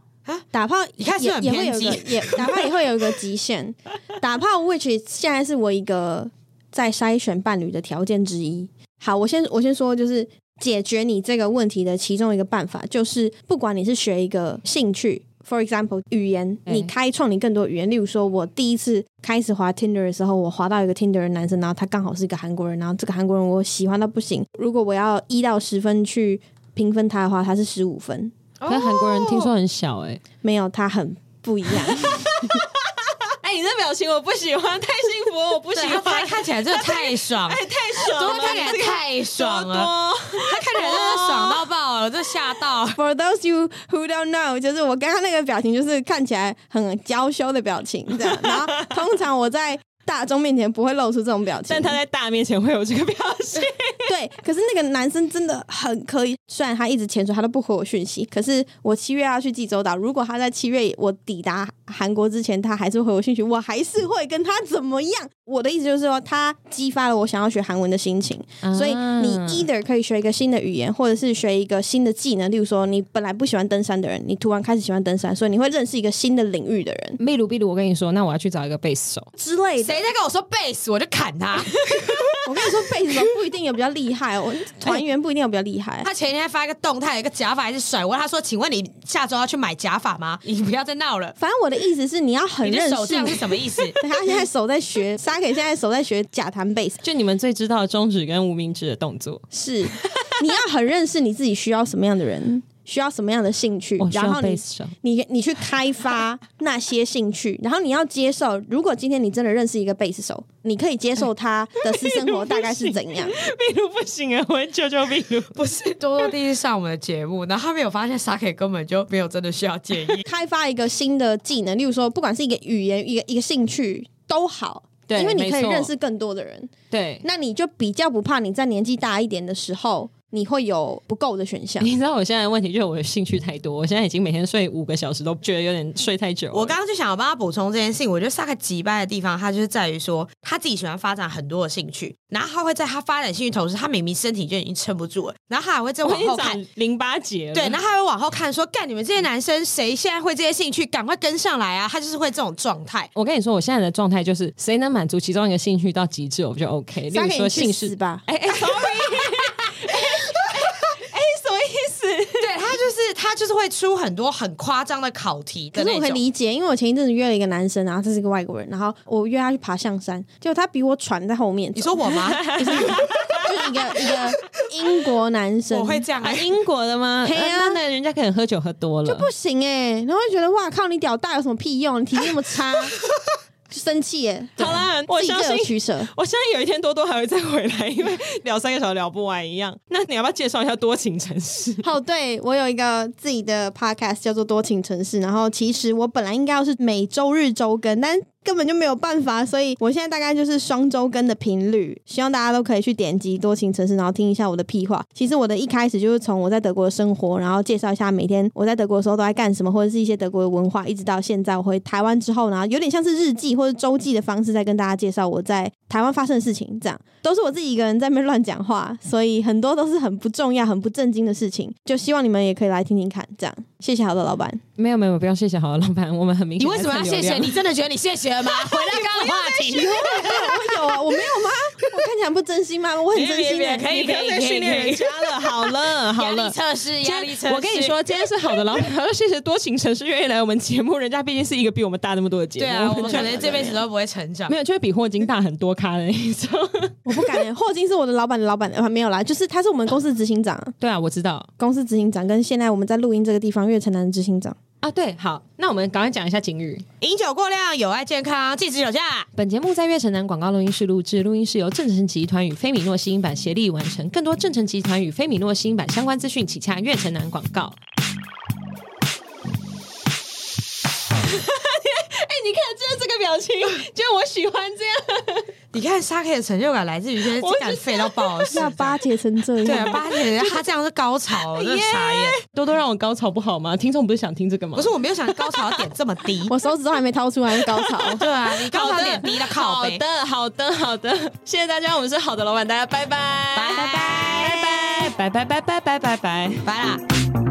[SPEAKER 1] 打炮
[SPEAKER 2] 你看是
[SPEAKER 1] 也
[SPEAKER 2] 不是
[SPEAKER 1] 也
[SPEAKER 2] 很
[SPEAKER 1] 会有
[SPEAKER 2] 偏
[SPEAKER 1] 一
[SPEAKER 2] 激
[SPEAKER 1] 个也打炮也会有一个极限。打炮，which is- 现在是我一个在筛选伴侣的条件之一。好，我先我先说，就是解决你这个问题的其中一个办法，就是不管你是学一个兴趣。For example，语言，
[SPEAKER 3] 嗯
[SPEAKER 1] 你开创你更多语言。例如说，我第一次开始滑 Tinder 的时候，我滑到一个 Tinder 的男生，然后他刚好是一个韩国人，然后这个韩国人我喜欢到不行。如果我要一到十分去评分他的话，他是十五分。
[SPEAKER 3] 可是韩国人听说很小哎、
[SPEAKER 1] 没有，他很不一样。
[SPEAKER 3] 哎、你这表情我不喜欢，太幸福我不哎
[SPEAKER 2] 对，他他看起来真的太 爽，
[SPEAKER 3] 啊太爽
[SPEAKER 2] 多多看起来太爽了。哎他看起来真的爽到爆了，我真吓到。
[SPEAKER 1] For those you who don't know，就是我刚刚那个表情，就是看起来很娇羞的表情，这样。然后通常我在大众面前不会露出这种表情，
[SPEAKER 3] 但他在大面前会有这个表情，
[SPEAKER 1] 对，可是那个男生真的很可以，虽然他一直潜水，他都不回我讯息。可是我七月要去济州岛，如果他在七月我抵达韩国之前，他还是回我讯息，我还是会跟他怎么样？我的意思就是说，他激发了我想要学韩文的心情。
[SPEAKER 3] 啊
[SPEAKER 1] 所以你
[SPEAKER 2] 嗯
[SPEAKER 1] either 可以学一个新的语言，或者是学一个新的技能。例如说，你本来不喜欢登山的人，你突然开始喜欢登山，所以你会认识一个新的领域的人
[SPEAKER 3] 秘鲁秘鲁，我跟你说，那我要去找一个贝斯手。
[SPEAKER 1] 之类的。
[SPEAKER 2] 谁在跟我说贝斯，我就砍 他。
[SPEAKER 1] 我跟你说，贝斯手不一定有比较厉害哦， 团员不一定有比较厉害。
[SPEAKER 2] 他前一天发一个动态，一个假发还是甩我，他说：“请问你下周要去买假发吗？你不要再闹了。
[SPEAKER 1] 反正我的意思是，你要”很
[SPEAKER 2] 你
[SPEAKER 1] 认
[SPEAKER 2] 的
[SPEAKER 1] 识
[SPEAKER 2] 手这样是什么意思？
[SPEAKER 1] 对他现在手在学 s a k 现在手在学假弹贝斯，
[SPEAKER 3] 就你们最知道的中指跟无名指的动作，
[SPEAKER 1] 是 你要很认识你自己需要什么样的 人，需要什么样的兴趣
[SPEAKER 3] 我，需
[SPEAKER 1] 然
[SPEAKER 3] 要
[SPEAKER 1] 后
[SPEAKER 3] 贝
[SPEAKER 1] 你
[SPEAKER 3] 斯手。
[SPEAKER 1] 你你去开发那些兴趣，然后你要接受，如果今天你真的认识一个贝斯手，你可以接受他的私生活大概是怎 样？。
[SPEAKER 3] 秘鲁不行啊，我会救救秘鲁。
[SPEAKER 2] 不是 多多第一次上我们的节目，然后他没有发现 Saki 根本就没有真的需要建议
[SPEAKER 1] 开发一个新的技能，例如说，不管是一个语言、一个一个兴趣都好。
[SPEAKER 3] 对
[SPEAKER 1] 因为你可以
[SPEAKER 3] 没错
[SPEAKER 1] 认识更多的人，
[SPEAKER 3] 对，
[SPEAKER 1] 那你就比较不怕你在年纪大一点的时候，你会有不够的选项。
[SPEAKER 3] 你知道我现在的问题就是我的兴趣太多，我现在已经每天睡五个小时都觉得有点睡太久了。
[SPEAKER 2] 我刚刚就想要帮他补充这件事情，我觉得萨克击败的地方，他就是在于说他自己喜欢发展很多的兴趣，然后他会在他发展兴趣同时，他明明身体就已经撑不住了，然后他还会再
[SPEAKER 3] 我
[SPEAKER 2] 往
[SPEAKER 3] 已经
[SPEAKER 2] 后看
[SPEAKER 3] 长。淋巴结了，
[SPEAKER 2] 对，然后他会往后看说，干你们这些男生谁现在会这些兴趣，赶快跟上来啊！他就是会这种状态。
[SPEAKER 3] 我跟你说，我现在的状态就是，谁能满足其中一个兴趣到极致，我就 OK。例
[SPEAKER 1] 撒
[SPEAKER 3] 如
[SPEAKER 1] 给
[SPEAKER 3] 说
[SPEAKER 1] 你去
[SPEAKER 3] 性
[SPEAKER 1] 死
[SPEAKER 3] 是，
[SPEAKER 1] 吧！
[SPEAKER 3] 哎哎，sorry，
[SPEAKER 2] 对他就是他就是会出很多很夸张的考题
[SPEAKER 1] 可
[SPEAKER 2] 的
[SPEAKER 1] 是
[SPEAKER 2] 那
[SPEAKER 1] 我可以
[SPEAKER 2] 种。
[SPEAKER 1] 理解，因为我前一阵子约了一个男生，然后这是一个外国人，然后我约他去爬象山，结果他比我喘在后面走。
[SPEAKER 2] 你说我吗？
[SPEAKER 1] 就是一个一个英国男生，
[SPEAKER 2] 我会这样、
[SPEAKER 3] 啊，
[SPEAKER 2] 欸。
[SPEAKER 3] 英国的 吗？
[SPEAKER 1] 嘿啊
[SPEAKER 3] 啊那人家可能喝酒喝多
[SPEAKER 1] 就
[SPEAKER 3] 了
[SPEAKER 1] 不。行哎、然后就觉得哇靠，你屌大有什么屁用？你体力那么 差，就生气耶、
[SPEAKER 3] 好啦，
[SPEAKER 1] 自
[SPEAKER 3] 我
[SPEAKER 1] 己
[SPEAKER 3] 相
[SPEAKER 1] 各有
[SPEAKER 3] 信
[SPEAKER 1] 取舍。
[SPEAKER 3] 我相信有一天多多还会再回来，因为聊三个小时聊不完一样。那你要不要介绍一下多情城市？
[SPEAKER 1] 哦，对我有一个自己的 podcast 叫做《多情城市》，然后其实我本来应该要是每周日周更，但根本就没有办法，所以我现在大概就是双周更的频率。希望大家都可以去点击《多情城市》，然后听一下我的屁话。其实我的一开始就是从我在德国的生活，然后介绍一下每天我在德国的时候都在干什么，或者是一些德国的文化，一直到现在我回台湾之后，然后有点像是日记或者周记的方式，在跟大家介绍我在台湾发生的事情，这样。都是我自己一个人在那边乱讲话，所以很多都是很不重要、很不正经的事情。就希望你们也可以来听听看，这样谢谢好的老板。
[SPEAKER 3] 没有没有，不要谢谢好了，老板，我们很明
[SPEAKER 2] 你
[SPEAKER 3] 显。
[SPEAKER 2] 为什么要谢谢？ 你真的觉得你谢谢 了吗？回到刚刚的话题，
[SPEAKER 1] 我有啊，我没有吗？我看起来不真心吗？我很
[SPEAKER 3] 别
[SPEAKER 1] 真
[SPEAKER 3] 别
[SPEAKER 1] 心、
[SPEAKER 3] 别，
[SPEAKER 1] 欸，
[SPEAKER 3] 可以
[SPEAKER 2] 你不
[SPEAKER 3] 可
[SPEAKER 2] 要
[SPEAKER 3] 以
[SPEAKER 2] 再
[SPEAKER 3] 可以
[SPEAKER 2] 训练
[SPEAKER 3] 可以
[SPEAKER 2] 人家
[SPEAKER 3] 了，好了 好
[SPEAKER 4] 压力
[SPEAKER 3] 了。
[SPEAKER 4] 测试，
[SPEAKER 3] 今
[SPEAKER 4] 压力测
[SPEAKER 3] 天
[SPEAKER 4] 试。
[SPEAKER 3] 我跟你，说，今天是好的老板， 要谢谢多情城市愿意来我们节目，人家毕竟是一个比我们大那么多的节目，
[SPEAKER 2] 对 啊，我
[SPEAKER 3] 们
[SPEAKER 2] 们可能这辈子都不会成长
[SPEAKER 3] 没。有，就是比霍金大很多咖的那一种。
[SPEAKER 1] 我不敢、欸。霍金是我的老板的老板，呃，没有啦，就是他是我们公司执行长，
[SPEAKER 3] 对啊，我知道
[SPEAKER 1] 公司执行长跟现在我们在录音这个地方月城南的执行长。
[SPEAKER 3] 啊。对，好，那我们赶快讲一下警语。
[SPEAKER 2] 饮酒过量有碍健康，禁止酒驾。
[SPEAKER 3] 本节目在月城南广告录音室录制，录音室由正成集团与菲米诺吸音版协力完成。更多正成集团与菲米诺吸音版相关资讯，请洽月城南广 告。哎、哎你看，就是这个表情，就我喜欢这样。
[SPEAKER 2] 你看沙 K 的成就感来自于这些
[SPEAKER 3] 我
[SPEAKER 2] 敢废到爆的事
[SPEAKER 1] 要巴结成这
[SPEAKER 2] 对
[SPEAKER 1] 样，
[SPEAKER 2] 啊，八姐他这样是高潮， 我真的傻眼。
[SPEAKER 3] 多多让我高潮不好吗？听众不是想听这个吗？
[SPEAKER 2] 不是，我没有想高潮的点这么 低。
[SPEAKER 1] 我手指都还没掏出来，高潮。
[SPEAKER 2] 对啊，你高
[SPEAKER 3] 好
[SPEAKER 2] 潮
[SPEAKER 3] 的
[SPEAKER 2] 点低的靠
[SPEAKER 3] 好
[SPEAKER 2] 背。
[SPEAKER 3] 的，好的，好的，谢谢大家，我们是好的老板，大家拜拜，
[SPEAKER 2] 拜拜
[SPEAKER 3] 拜拜，拜拜，拜拜，拜拜，拜拜。
[SPEAKER 2] 拜啦。